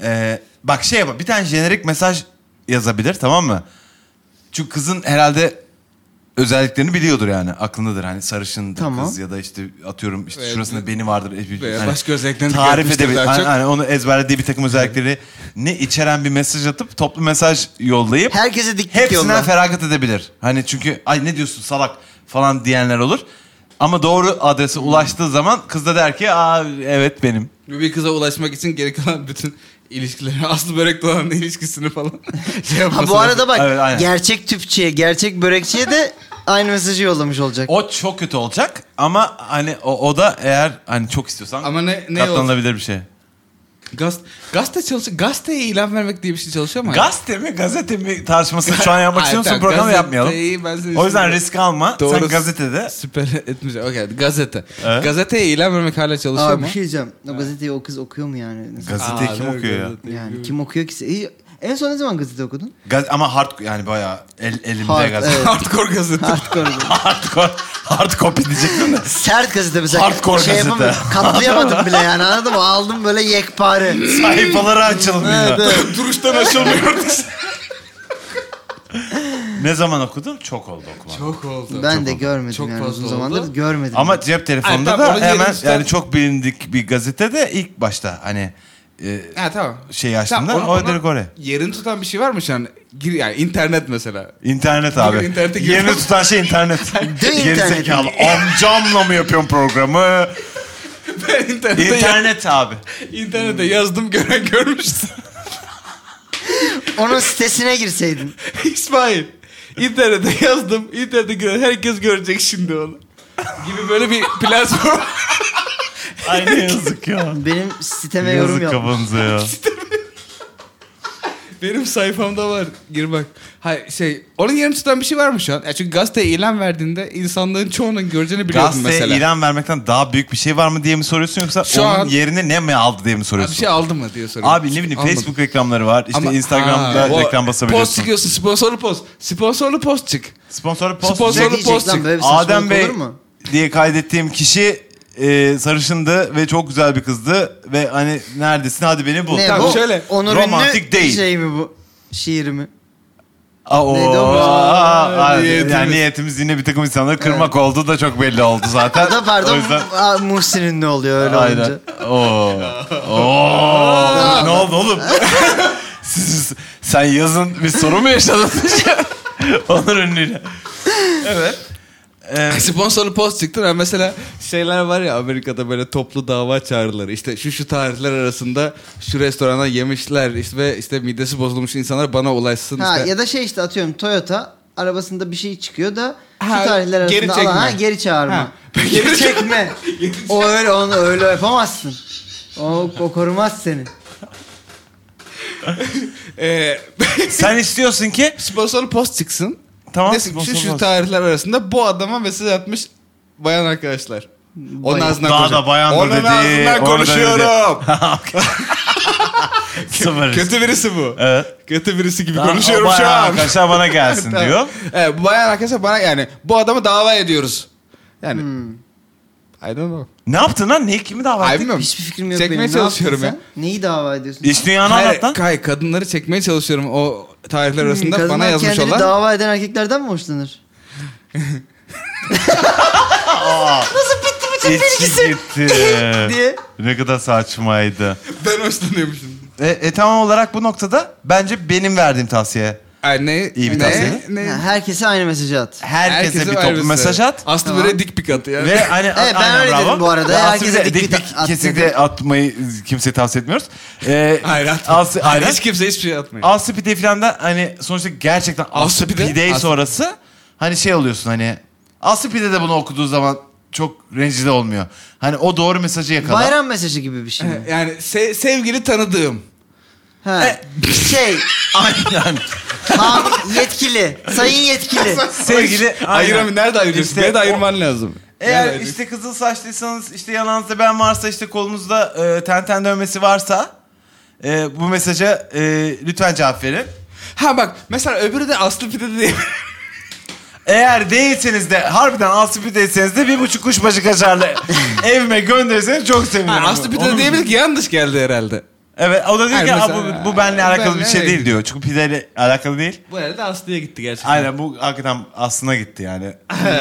S2: e, bak şey yap bir tane jenerik mesaj yazabilir tamam mı? Çünkü kızın herhalde özelliklerini biliyordur yani aklındadır hani sarışın
S4: Tamam.
S2: kız ya da işte atıyorum işte
S3: Veya-
S2: şurasında beni vardır. e,
S3: Veya
S2: hani
S3: başka özelliklerini
S2: tarif
S3: görmüştür
S2: edebilir.
S3: daha
S2: Hani,
S3: çok.
S2: hani onu ezberlediği bir takım özellikleri ne içeren bir mesaj atıp toplu mesaj yollayıp
S4: Herkese dik
S3: şey
S4: dik
S2: Hepsinden
S4: yolla.
S2: feragat edebilir. Hani çünkü ay ne diyorsun salak falan diyenler olur. Ama doğru adrese ulaştığı zaman kız da der ki aa evet benim.
S3: Bir kıza ulaşmak için geri kalan bütün ilişkileri, Aslı Börek Doğan'ın ilişkisini falan şey
S4: Ha,
S3: yapması
S4: bu arada bak
S2: Evet, aynen.
S4: gerçek tüpçüye, gerçek börekçiye de aynı mesajı yollamış olacak.
S2: O çok kötü olacak ama hani o, o da eğer hani çok istiyorsan
S3: Ama ne, ne oldu?
S2: katlanılabilir bir şey.
S3: Gaz, gazete çalışıyor. Gazeteye ilan vermek diye bir şey çalışıyor mu?
S2: Gazete mi gazete mi tartışmasını şu an yapmak
S3: Hayır,
S2: istiyorsan
S3: tamam,
S2: programı yapmayalım.
S3: gazeteyi ben seni
S2: O yüzden
S3: istiyorum.
S2: risk alma. Sen
S3: Doğru.
S2: gazetede
S3: Süper etmiş. Okey gazete.
S2: Evet.
S3: Gazeteye ilan vermek hala çalışıyor
S4: Abi
S3: mu?
S4: bir şey diyeceğim. O gazeteyi o kız okuyor mu yani? Mesela-
S2: gazeteyi
S3: Aa,
S2: kim
S3: evet,
S2: okuyor ya?
S3: gazete.
S4: Yani kim okuyor ki? İyi, En son ne zaman gazete okudun?
S2: Gaz- ama hard yani bayağı el, elimde
S4: Hard,
S2: gazete.
S4: evet.
S3: Hardcore gazete.
S4: Hardcore.
S2: Hardcore, hard copy diyecektim de.
S4: Sert gazete mesela.
S2: Hardcore
S4: şey
S2: gazete.
S4: yapamadım, Katlayamadım bile yani anladın mı? Aldım böyle yekpare.
S2: Sayfaları açılmıyor.
S4: Evet, evet.
S2: Duruştan açılmıyor. ne zaman okudun? Çok oldu okuma.
S3: Çok oldu.
S4: Ben de görmedim
S3: Çok
S4: yani
S3: fazla
S4: uzun
S3: oldu.
S4: zamandır görmedim.
S2: Ama cep
S3: Ay,
S2: telefonunda
S3: tamam,
S2: da
S3: onu
S2: hemen
S3: diyelim işte.
S2: yani çok bilindik bir gazetede ilk başta hani e,
S3: Ha tamam.
S2: şey açtığımda
S3: Tamam,
S2: o
S3: ona-
S2: direkt oraya.
S3: Yerini tutan bir şey var mı şu an? Gir yani internet mesela.
S2: İnternet abi.
S3: Bugün internete girdim.
S2: Yerini tutan şey internet.
S4: De
S2: Geri
S4: internet.
S2: zekalı. Amcamla mı yapıyorsun programı?
S3: Ben internette,
S2: İnternet abi.
S3: internete yazdım gören görmüştü.
S4: Onun sitesine girseydin.
S3: İsmail. İnternete yazdım. İnternete giren herkes görecek şimdi onu. Gibi böyle bir platform.
S2: Aynı yazık ya.
S4: Benim siteme yorum
S2: Yazık
S4: yap.
S2: kafanıza ya.
S3: Benim sayfamda var. Gir bak. Hayır şey onun yerini tutan bir şey var mı şu an? Ya çünkü gazeteye ilan verdiğinde insanlığın çoğunun göreceğini biliyordum
S2: Gazeteye
S3: mesela.
S2: ilan vermekten daha büyük bir şey var mı diye mi soruyorsun yoksa
S3: Şu
S2: onun
S3: an-
S2: yerine ne mi aldı diye mi
S3: Ya
S2: soruyorsun?
S3: bir şey aldı mı diye soruyorum.
S2: Abi ne bileyim
S3: Almadı.
S2: Facebook reklamları var. İşte
S3: Ama-
S2: Instagram'da
S3: Ha, bu-
S2: reklam
S3: Post
S2: basabiliyorsun.
S3: çıkıyorsun sponsorlu post. Sponsorlu post çık.
S2: Sponsor post.
S3: Sponsor-
S4: Ne
S2: Jack-
S3: Sonra
S4: diyecek
S3: post-
S4: lan böyle bir
S2: Adem
S4: saçmalık
S2: Bey
S4: olur mu?
S2: diye kaydettiğim kişi e, sarışındı ve çok güzel bir kızdı ve hani neredesin hadi beni bul.
S4: Ne
S3: Tamam,
S4: bu?
S3: şöyle.
S4: Onur
S2: Romantik
S4: ünlü
S2: değil.
S4: şey mi bu? Şiir mi?
S2: Aa, o,
S4: Neydi o?
S2: aa, aa,
S3: Niyetimiz.
S2: Yani niyetimiz yine bir takım insanları kırmak oldu da çok belli oldu zaten.
S4: Da pardon
S2: O yüzden...
S4: Aa, Muhsin ünlü oluyor öyle
S2: Aynen.
S4: olunca.
S2: Oo. Oo. ne oldu oğlum? Siz, sen yazın bir sorun mu yaşadın? Onur ünlüyle. Evet. Ee,
S3: Sponsorlu post çıktı. Yani mesela şeyler var ya Amerika'da böyle toplu dava çağrıları. İşte şu şu tarihler arasında şu restorana yemişler işte ve işte midesi bozulmuş insanlar bana ulaşsın.
S4: Ha,
S3: işte.
S4: ya da şey işte atıyorum Toyota arabasında bir şey çıkıyor da
S3: Ha,
S4: şu tarihler arasında
S3: geri
S4: geri
S3: çekme.
S4: ha, geri çağırma.
S3: Ha.
S4: Geri çekme. o öyle onu öyle yapamazsın. O, o korumaz seni.
S3: Ee,
S2: sen istiyorsun ki
S3: sponsorlu post çıksın.
S2: Tamam.
S3: Desin ki şu
S2: sponsor
S3: şey şu
S2: olsun.
S3: tarihler arasında bu adama mesaj atmış bayan arkadaşlar. Onun ağzından
S2: Daha
S3: konuşuyor.
S2: da bayan da
S3: Onun
S2: dedi,
S3: ağzından
S2: onu da dedi.
S3: konuşuyorum.
S2: Sıfır.
S3: Kötü birisi bu.
S2: Evet.
S3: Kötü birisi gibi
S2: Tamam,
S3: konuşuyorum
S2: o
S3: şu
S2: bayağı
S3: an.
S2: Arkadaşlar bana gelsin
S3: Tamam.
S2: diyor.
S3: Evet, bu bayan arkadaşlar bana yani bu adamı dava ediyoruz. Yani
S2: Hmm.
S3: I don't know.
S2: Ne yaptın lan? Ne kimi dava
S3: Ay,
S2: ettin?
S3: bilmiyorum.
S4: Hiçbir fikrim yok
S3: Çekmeye
S4: benim. Ne
S3: çalışıyorum
S4: yaptın sen? Neyi dava ediyorsun?
S2: İş dünyanı
S3: Hayır,
S2: anlat lan.
S3: hayır, kadınları çekmeye çalışıyorum o tarihler arasında
S4: Hmm, Kadınlar
S3: bana yazmış
S4: kendini
S3: olan.
S4: dava eden erkeklerden mi hoşlanır?
S2: İçki gitti.
S4: Diye.
S2: ne kadar saçmaydı.
S3: Ben hoşlanıyormuşum.
S2: E, e, tamam olarak bu noktada bence benim verdiğim tavsiye.
S3: Ay, ne,
S2: İyi bir
S3: ne,
S2: tavsiye.
S3: ne?
S4: Ha, herkese aynı mesajı at.
S2: Herkese, bir
S3: ayrı
S2: toplu mesaj at.
S3: Aslı
S4: Tamam.
S3: böyle dik pik atı yani.
S2: Ve hani
S4: Evet, ben öyle dedim bu arada.
S2: Ve aslında
S4: Herkese
S2: dik
S4: dik
S2: dik
S4: at
S2: kesinlikle
S4: dedim.
S2: atmayı kimseye tavsiye etmiyoruz. Ee,
S3: Hayır
S2: Aslı,
S3: Hayır,
S2: hayır.
S3: hiç kimse hiçbir şey atmıyor.
S2: Aslı pide falan da hani sonuçta gerçekten Aslı
S3: Pide?
S2: pide
S3: Aslı-
S2: sonrası hani şey oluyorsun hani Aslı pide de bunu okuduğu zaman çok rencide olmuyor. Hani o doğru mesajı yakalar.
S4: Bayram mesajı gibi bir şey.
S3: E,
S4: mi?
S3: Ee, Yani se- sevgili tanıdığım.
S4: Ha. şey
S2: Aynen.
S4: Ma- yetkili. Sayın yetkili.
S2: Sevgili
S3: Ayıram, nerede ayırıyorsun?
S2: İşte
S3: İşte, Beni de
S2: o-
S3: ayırman lazım. Nerede
S2: Eğer
S3: ayırıyorsun?
S2: işte kızıl saçlıysanız, işte yanağınızda ben varsa, işte kolunuzda e, tenten dövmesi varsa e, bu mesaja e, lütfen cevap verin.
S3: Ha bak mesela öbürü de Aslı Pide diye.
S2: Eğer değilseniz de harbiden Aslı değilseniz de bir buçuk kuş başı kaşarlı evime gönderirseniz çok sevinirim.
S3: Aslı Pide
S2: Olur mu?
S3: diyebilir ki yanlış geldi herhalde.
S2: Evet o da diyor
S3: Hayır,
S2: ki "Aa,
S3: mesela-
S2: bu, bu benle alakalı bir
S3: Benle
S2: şey değil
S3: alakalı.
S2: diyor. Çünkü pideyle alakalı değil.
S3: Bu herhalde Aslı'ya gitti gerçekten.
S2: Aynen bu hakikaten aslına gitti yani.
S3: Ee,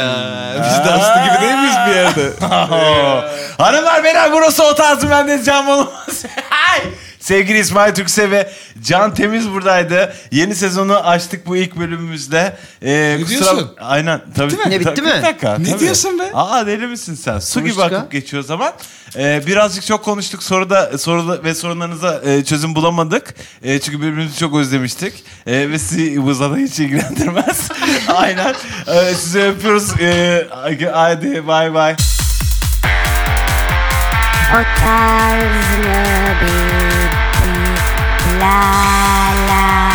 S3: Biz de Aslı gibi değil miyiz bir yerde?
S2: Oo. Hanımlar beyler burası o tarzı bendeniz Can Bonomoz. Ay! Sevgili İsmail Türkse ve Can Temiz buradaydı. Yeni sezonu açtık bu ilk bölümümüzde. Ee,
S3: Ne diyorsun?
S2: Aynen tabii.
S4: mi? Ne, bitti
S2: Tabii,
S4: mi?
S2: bir dakika,
S3: Ne
S2: tabii.
S3: diyorsun be?
S2: Aa deli misin sen? Su gibi
S4: Konuştuk
S2: akıp
S4: ha.
S2: geçiyor zaman. Ee, birazcık çok konuştuk soruda soru ve sorunlarınıza e, çözüm bulamadık. E, çünkü birbirimizi çok özlemiştik. E, ve sizi bu zaten hiç ilgilendirmez. Aynen. E, sizi öpüyoruz. E, hadi bay bay.
S5: Otázne, baby. La, la,